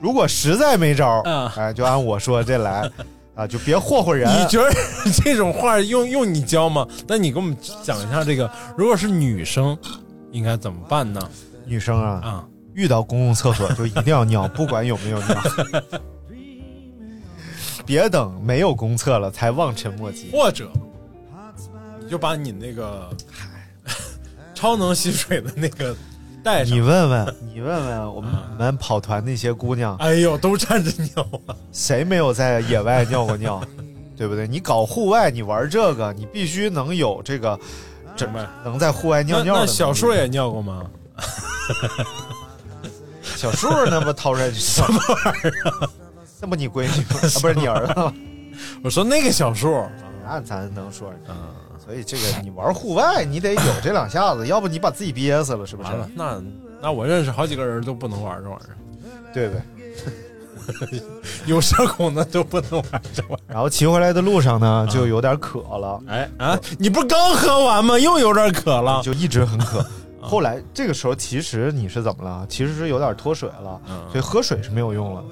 S8: 如果实在没招儿
S10: 嗯，
S8: 哎，就按我说这来，啊，就别霍霍人。啊
S10: 你觉得这种话用用你教吗？那你给我们讲一下这个，如果是女生，应该怎么办呢？
S8: 女生啊，
S10: 啊，
S8: 遇到公共厕所就一定要尿，不管有没有 尿，别等没有公厕了才望尘莫及。
S10: 或者你就把你那个 超能吸水的那个带
S8: 你
S10: 上，
S8: 问问，你问问我们我们跑团那些姑娘，
S10: 哎呦，都站着尿啊！
S8: 谁没有在野外尿过尿？对不对？你搞户外，你玩这个，你必须能有这个，这
S10: 明白
S8: 能在户外尿尿
S10: 那
S8: 的
S10: 那
S8: 能力。
S10: 小树也尿过吗？
S8: 小树那不掏出来什么玩意儿？那不你闺女吗？啊，不是你儿子吗？
S10: 我说那个小树，
S8: 那咱能说人家。所以这个你玩户外，你得有这两下子，要不你把自己憋死了，是不是
S10: 完？了，那那我认识好几个人都不能玩这玩意儿，
S8: 对不对？
S10: 有社恐的都不能玩这玩意
S8: 然后骑回来的路上呢，就有点渴了。
S10: 儿。哎啊，你不是刚喝完吗？又有点渴了。
S8: 就一直很渴。后来这个时候，其实你是怎么了？其实是有点脱水了，
S10: 嗯
S8: 所以喝水是没有用了。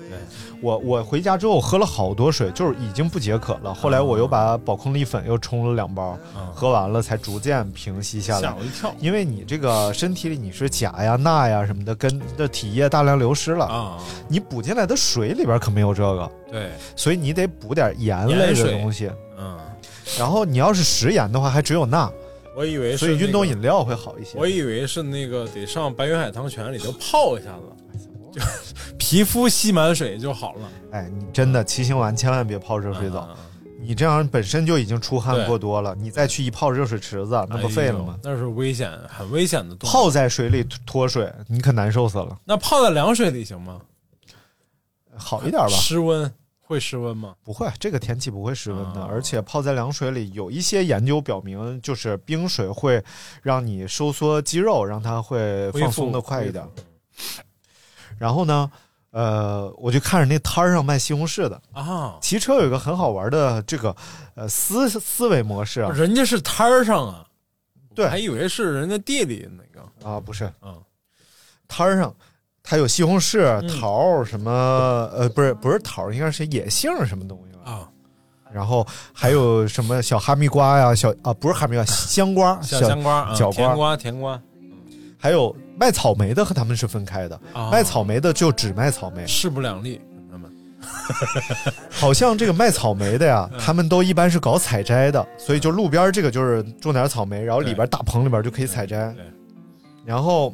S8: 我我回家之后喝了好多水，就是已经不解渴了。后来我又把宝矿力粉又冲了两包，
S10: 嗯
S8: 喝完了才逐渐平息下来
S10: 吓我。一跳
S8: 因为你这个身体里你是钾呀、钠呀什么的，跟的体液大量流失了，
S10: 啊！
S8: 你补进来的水里边可没有这个，
S10: 对，
S8: 所以你得补点盐类
S10: 盐
S8: 的
S10: 水
S8: 东西。
S10: 嗯，
S8: 然后你要是食盐的话，还只有钠，
S10: 我以为是
S8: 所以
S10: 那个
S8: 运动饮，料会好一些。
S10: 我以为是那个得上白云海棠泉里头泡一下子， 就皮肤吸满水就好了。
S8: 哎，你真的骑行完千万别泡热水澡，
S10: 啊
S8: 你这样本身就已经出汗过多了，你再去一泡热水池子，那不废了吗？？
S10: 哎呦那是危险，很危险的动作。
S8: 泡在水里脱水，你可难受死了。
S10: 那泡在凉水里行吗？
S8: 好一点吧，
S10: 湿温会湿温吗？
S8: 不会，这个天气不会失温的。
S10: 啊
S8: 而且泡在凉水里，有一些研究表明，就是冰水会让你收缩肌肉，让它会
S10: 恢
S8: 放
S10: 复
S8: 松的快一点
S10: 恢。
S8: 然后呢，呃，我就看着那摊儿上卖西红柿的，
S10: 啊，
S8: 骑车有一个很好玩的这个呃思思维模式啊，
S10: 人家是摊儿上啊，
S8: 对
S10: 我还以为是人家地里那个
S8: 啊，不是，
S10: 嗯，
S8: 摊儿上，它有西红柿、
S10: 嗯
S8: 桃儿什么，呃，不是不是桃儿，应该是野杏儿什么东西吧？
S10: 啊，
S8: 然后还有什么小哈密瓜呀、小啊不是哈密瓜，香瓜、
S10: 小香瓜、啊、
S8: 小
S10: 甜
S8: 瓜，
S10: 瓜、甜瓜
S8: 还有卖草莓的和他们是分开的，
S10: 啊
S8: 卖草莓的就只卖草莓。
S10: 势不两立，朋友们
S8: 好像这个卖草莓的
S10: 嗯
S8: 呀，他们都一般是搞采摘的，所以就路边儿这
S10: 嗯
S8: 个就是种点儿草莓，然后里边儿大棚里边儿就可以采摘。
S10: 对，
S8: 然后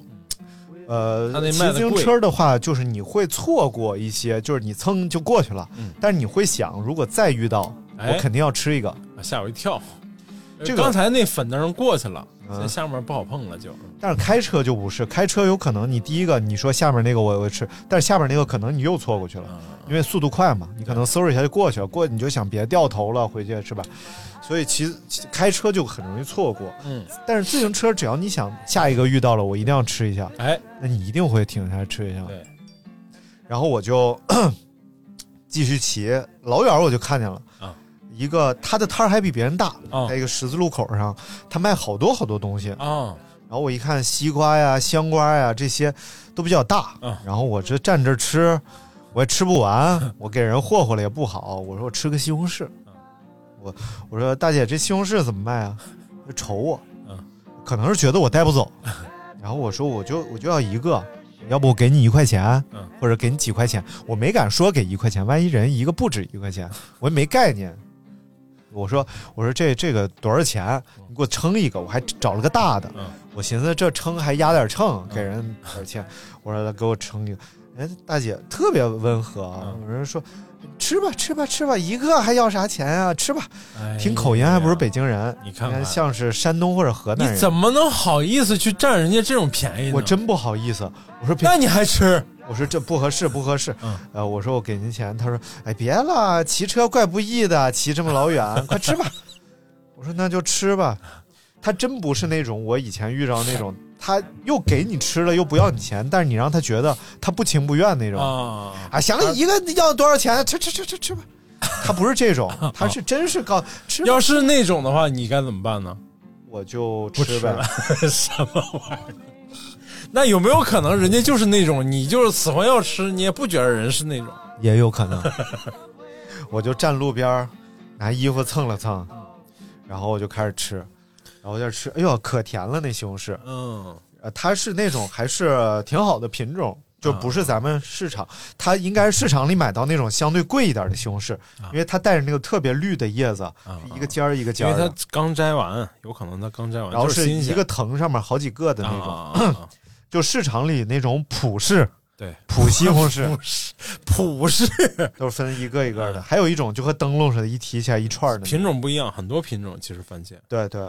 S8: 呃
S10: 他那，
S8: 骑
S10: 卖得
S8: 自行
S10: 贵
S8: 车的话，就是你会错过一些，就是你蹭就过去了，但是你会想，如果再遇到，
S10: 嗯哎
S8: 我肯定要吃一个。
S10: 啊吓我一跳。
S8: 这个
S10: 刚才那粉的人过去了，
S8: 嗯
S10: 那下面不好碰了就。
S8: 但是开车就不是，开车有可能你第一个你说下面那个我我吃，但是下面那个可能你又错过去
S10: 嗯
S8: 了，因为速度快嘛，你可能嗖一下就过去了，过你就想别掉头了回去是吧？所以骑骑开车就很容易错过，
S10: 嗯，
S8: 但是自行车只要你想下一个遇到了我一定要吃一下，
S10: 哎，
S8: 那你一定会停下来吃一下。
S10: 对，
S8: 然后我就 继续骑，老远我就看见了
S10: 啊
S8: 一个他的摊儿还比别人大，
S10: 啊
S8: 在一个十字路口上，他卖好多好多东西。
S10: 啊，
S8: 然后我一看西瓜呀、香瓜呀这些都比较大，
S10: 啊
S8: 然后我这站这吃，我也吃 不完，我给人霍霍了也不好。我说我吃个西红柿，
S10: 嗯
S8: 我我说大姐这西红柿怎么卖啊？就瞅我，
S10: 嗯
S8: 可能是觉得我带 不走，然后我说我就我就要一个。要不我给你一块钱，
S10: 嗯
S8: 或者给你几块钱，我没敢说给一块钱，万一人一个不止一块钱，我也没概念。我说我说这这个多少钱？你给我称一个，我还找了个大的，
S10: 嗯
S8: 我寻思这称还压点秤，给人点钱。我说来给我称一个，哎，大姐特别温和啊，
S10: 嗯
S8: 有人说吃吧吃吧吃吧，一个还要啥钱啊？吃吧，
S10: 哎
S8: 听口音还不是北京人，
S10: 你看看
S8: 像是山东或者河南
S10: 你
S8: 人。
S10: 怎么能好意思去占人家这种便宜呢？
S8: 我真不好意思，我说别
S10: 那你还吃？
S8: 我说这不合适，不合适。
S10: 嗯
S8: 呃，我说我给您钱，他说，哎，别了，骑车怪不易的，骑这么老 远，快吃吧。我说那就吃吧。他真不是那种我以前遇到那种，他又给你吃了又不要你钱，但是你让他觉得他不情不愿那种。
S10: 啊，
S8: 啊，行了，一个要多少钱？吃吃吃吃吃吧。他不是 这种，他是真是告吃吧，
S10: 要是那种的话，你该怎么办 呢？
S8: 我就
S10: 不吃
S8: 呗。
S10: 了，什么玩意儿？那有没有可能人家就是那种，你就是死活要吃，你也不觉得人是那种？
S8: 也有可能。 我就站路边儿，拿衣服蹭了蹭，然后我就开始吃，然后我就吃，哎呦，可甜了那西红柿，
S10: 嗯，
S8: 呃，它是那种还是挺好的品种，就不是咱们市场，它应该是市场里买到那种相对贵一点的西红柿，
S10: 啊
S8: 因为它带着那个特别绿的叶子，一个尖儿一个
S10: 因
S8: 尖
S10: 为
S8: 儿
S10: 他
S8: 的，
S10: 刚摘完，有可能他刚摘完，
S8: 然后
S10: 就是
S8: 是
S10: 新
S8: 一
S10: 鲜
S8: 个藤上面好几个的那种，
S10: 啊啊啊啊
S8: 就市场里那种普式。
S10: 对，
S8: 普西 红柿
S10: 普嗯氏
S8: 都是分一个一个的，还有一种就和灯笼似的，一提起来一串儿的那种
S10: 品种不一样，很多品种其实番茄。
S8: 对对，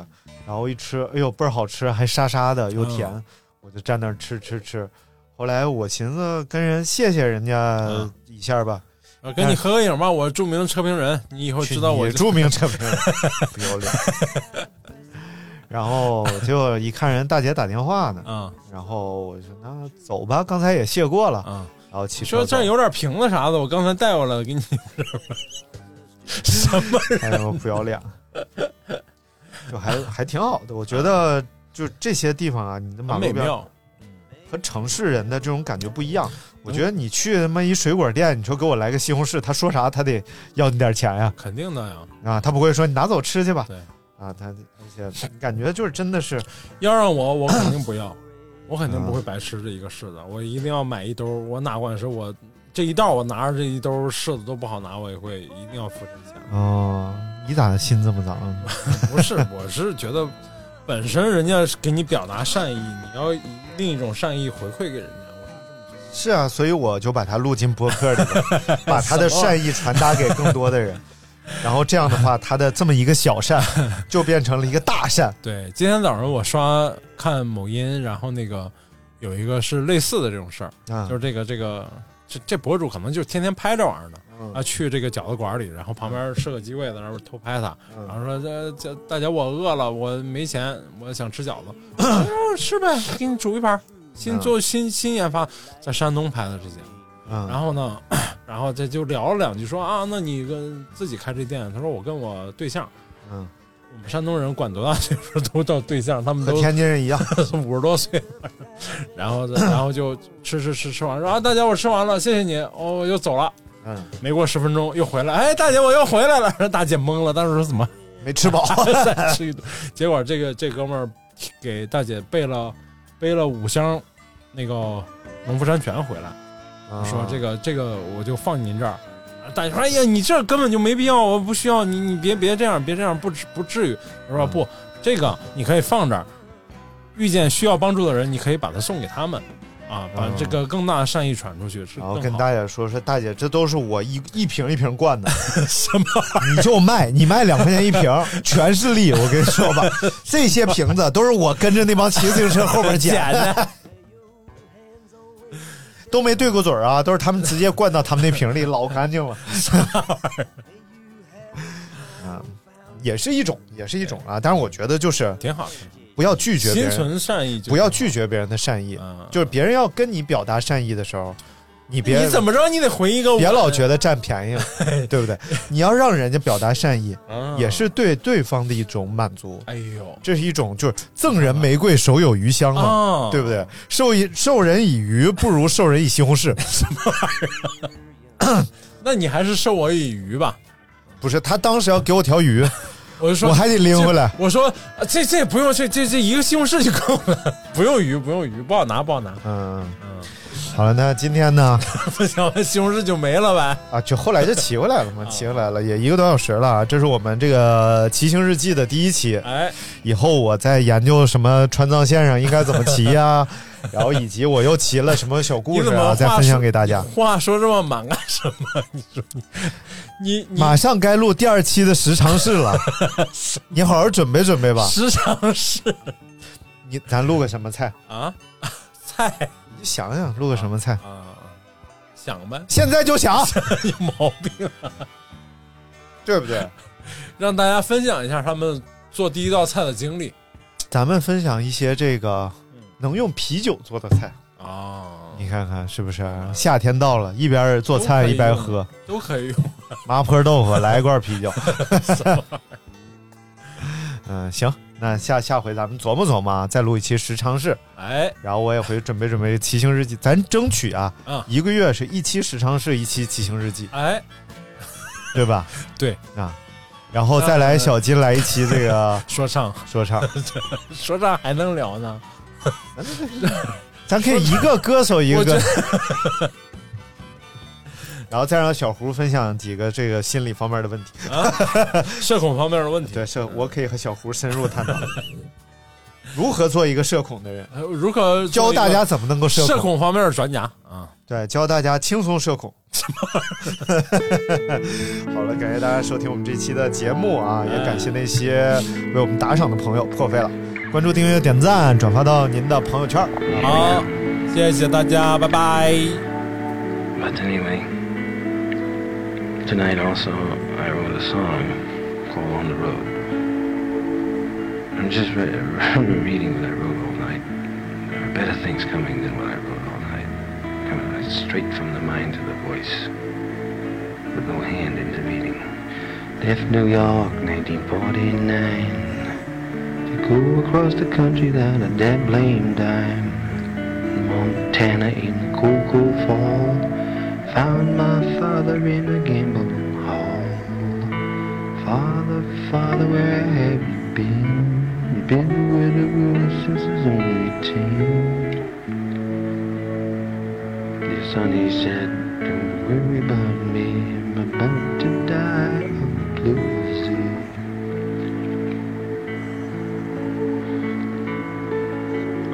S8: 然后一吃，哎呦倍儿好吃，还沙沙的又甜，
S10: 嗯
S8: 我就站那儿吃吃吃。后来我寻思跟人谢谢人家
S10: 嗯
S8: 一下吧，
S10: 啊，跟你合个影吧，我著名的车评人，你以后
S8: 去
S10: 知道我
S8: 你著名产品， 不要脸。 然后结果一看人大姐打电话呢，
S10: 啊
S8: 然后我说那走吧，刚才也谢过了，
S10: 啊，
S8: 然后骑
S10: 你
S8: 车
S10: 说这儿
S8: 走
S10: 有点瓶子啥的，我刚才带过来了，给你什 么人？
S8: 还有不要脸，就还还挺好的。我觉得就这些地方啊，你的马
S10: 很
S8: 路
S10: 美
S8: 边
S10: 妙，
S8: 和城市人的这种感觉不一样。
S10: 嗯
S8: 我觉得你去他妈一水果店，你说给我来个西红柿，他说啥他得要你点钱呀、
S10: 肯定的呀。
S8: 啊，他不会说你拿走吃去吧？
S10: 对
S8: 啊，他而且感觉就是真的是
S10: 要让我，我肯定不 要，我肯定不
S8: 嗯
S10: 会白吃这一个柿子，我一定要买一兜。我哪管是我这一道，我拿着这一兜柿子都不好拿，我也会一定要付这钱。
S8: 哦，你咋心这么脏？啊
S10: 不是，我是觉得本身人家给你表达善意，你要以另一种善意回馈给人家。
S8: 是啊，所以我就把它录进博客里了，把他的
S10: 啊
S8: 善意传达给更多的人。然后这样的话，他的这么一个小善，就变成了一个大善。
S10: 对，今天早上我刷看某音，然后那个有一个是类似的这种事儿，
S8: 啊
S10: 就是这个这个这这博主可能就是天天拍这玩意儿的。啊，去这个饺子馆里，然后旁边设个机位在那儿偷拍他，然后说这这大姐我饿了，我没钱，我想吃饺子，啊吃呗，给你煮一盘儿，新做新新研发，在山东拍的这些，
S8: 嗯，
S10: 然后呢， 然后这就聊了两句说，啊，那你跟自己开这店？他说我跟我对象，
S8: 嗯，
S10: 我们山东人管多大岁数都叫对象，他们
S8: 和
S10: 都
S8: 天津人一样，
S10: 五十多岁，然后然后就吃吃吃吃完说啊，大姐我吃完了，谢谢你，哦，我就走了。
S8: 嗯，
S10: 没过十分钟又回来，哎，大姐我又回来了， 然后大姐懵了，当时说怎么
S8: 没吃饱。
S10: 再吃一顿？结果这个这哥们儿给大姐备了背了五箱那个农夫山泉回来。说这
S8: 个
S10: 个这个我就放您这儿。大姐说：“哎呀，你这根本就没必要，我不需要你，你别别这样，别这样，不至不至于。”我
S8: 嗯
S10: 说：“不，这个你可以放这儿，遇见需要帮助的人，你可以把它送给他们。啊，把这个更大的善意传出去是
S8: 然后
S10: 更
S8: 嗯跟
S10: 好。
S8: 大姐说说，大姐，这都是我一一瓶一瓶灌的，
S10: 什么
S8: 你就卖，你卖两块钱一瓶，全是利。我跟你说吧，这些瓶子都是我跟着那帮骑自行车后边捡的，都没对过嘴儿啊，都是他们直接灌到他们那瓶里，老 干净了。 啊，也是一种，也是一种啊。但是我觉得就是
S10: 挺好的，
S8: 不要拒绝别
S10: 心
S8: 人，
S10: 存善意就
S8: 不要
S10: 好
S8: 拒绝别人的善意，
S10: 嗯
S8: 就是别人要跟你表达善意的时候，你别
S10: 你怎么着，你得回一个我。
S8: 别老觉得占便 宜了，对不对？你要让人家表达善意，
S10: 啊
S8: 也是对对方的一种满足。
S10: 哎呦，
S8: 这是一种就是赠人玫瑰，手有余香嘛，
S10: 啊
S8: 对不对？授以授人以鱼，不如授人以西红柿。
S10: 那你还是授我以鱼吧。
S8: 不是，他当时要给我条 鱼，
S10: 我就说
S8: 我还得拎回来
S10: 这我说啊这这不用，这这这一个西红柿就够了， 不用鱼，不用鱼，不好拿，不好拿，
S8: 嗯，好了，那今天呢？
S10: 不行，西红柿就没了呗。
S8: 啊，就后来就骑回 来了嘛，
S10: 啊
S8: 骑回来了，也一个多小时了啊。这是我们这个骑行日记的第一期，
S10: 哎，
S8: 以后我再研究什么川藏线上应该怎么骑呀、 然后以及我又骑了什么小
S10: 你
S8: 故事
S10: 怎么
S8: 啊，再
S10: 话
S8: 分享
S10: 说
S8: 给大家。
S10: 话说这么满干啊什么？你说你你你
S8: 马上该录第二期的时长试 了，你好好准备准备吧。
S10: 时常是
S8: 你咱录个什么菜？
S10: 啊菜
S8: 你想想录个什么菜，
S10: 啊，想呗，
S8: 现在就 想，
S10: 有毛病，啊
S8: 对不对？
S10: 让大家分享一下他们做第一道菜的经历
S8: 咱们分享一些这个
S10: 嗯
S8: 能用啤酒做的菜，
S10: 啊，
S8: 你看看是不是？夏天到了，一边做菜一边喝
S10: 都可以用。
S8: 麻婆豆腐，来一罐啤 酒。 嗯，行，那下下回咱们琢磨琢磨啊，再录一期时长试。
S10: 哎，
S8: 然后我也回去准备准备骑行日记，咱争取啊，
S10: 嗯
S8: 一个月是一期时长试，一期骑行日记，
S10: 哎，
S8: 对吧？
S10: 对
S8: 啊，然后再来小金来一期这个
S10: 说唱，
S8: 说 唱，
S10: 说唱还能聊呢？
S8: 咱可以一个歌手一个
S10: 我觉
S8: 歌
S10: 得，
S8: 然后再让小胡分享几个这个心理方面的问题。
S10: 社恐方面的问题，
S8: 对，社我
S10: 嗯
S8: 可以和小胡深入探讨 如何做一个社恐的人，
S10: 呃如何
S8: 教
S10: 做一个
S8: 大家怎么能够社
S10: 社恐方面的专家啊？
S8: 对，教大家轻松社恐。 好了，感谢大家收听我们这期的节目啊，
S10: 哎
S8: 也感谢那些为我们打赏的朋友，破费了，关注、订阅、点赞、转发到您的朋友圈。
S10: 好，谢谢大家，拜拜。
S6: But anyway, tonight also I wrote a song called On the Road. I'm just re- reading what I wrote all night. There are better things coming than what I wrote all night. Coming right straight from the mind to the voice, with no hand intervening. Left New York, 1949, to go across the country without a damn blame dime. Montana in the cocoa fall. Found my father in a gambling hall. Father, father, where have you been? Been with a woman since I was only ten. Your son, he said, don't worry about me. I'm about to die of the blues.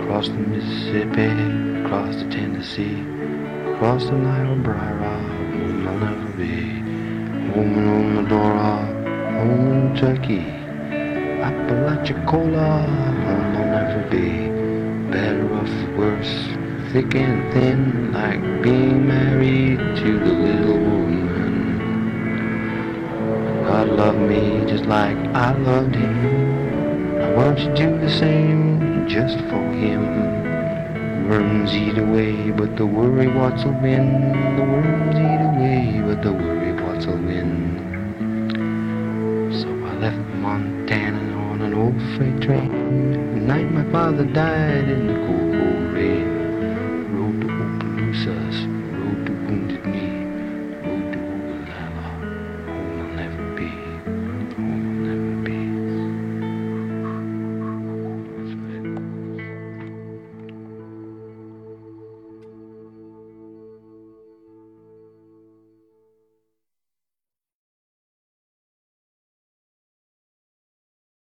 S6: Cross the Mississippi, cross the Tennessee, cross the Nile Brira, home I'll never be. Home in Omadora, home in Turkey, Apalachicola, home I'll never be. Better off, worse, thick and thin, like being married to the little woman. God loved me just like I loved him. I want you to do the same just for him. Worms eat away, but the worry what's will win. The worms eat away, but the worry what's will win. So I left Montana on an old freight train. The night my father died in the cold, cold rain. Rode to Opelousas,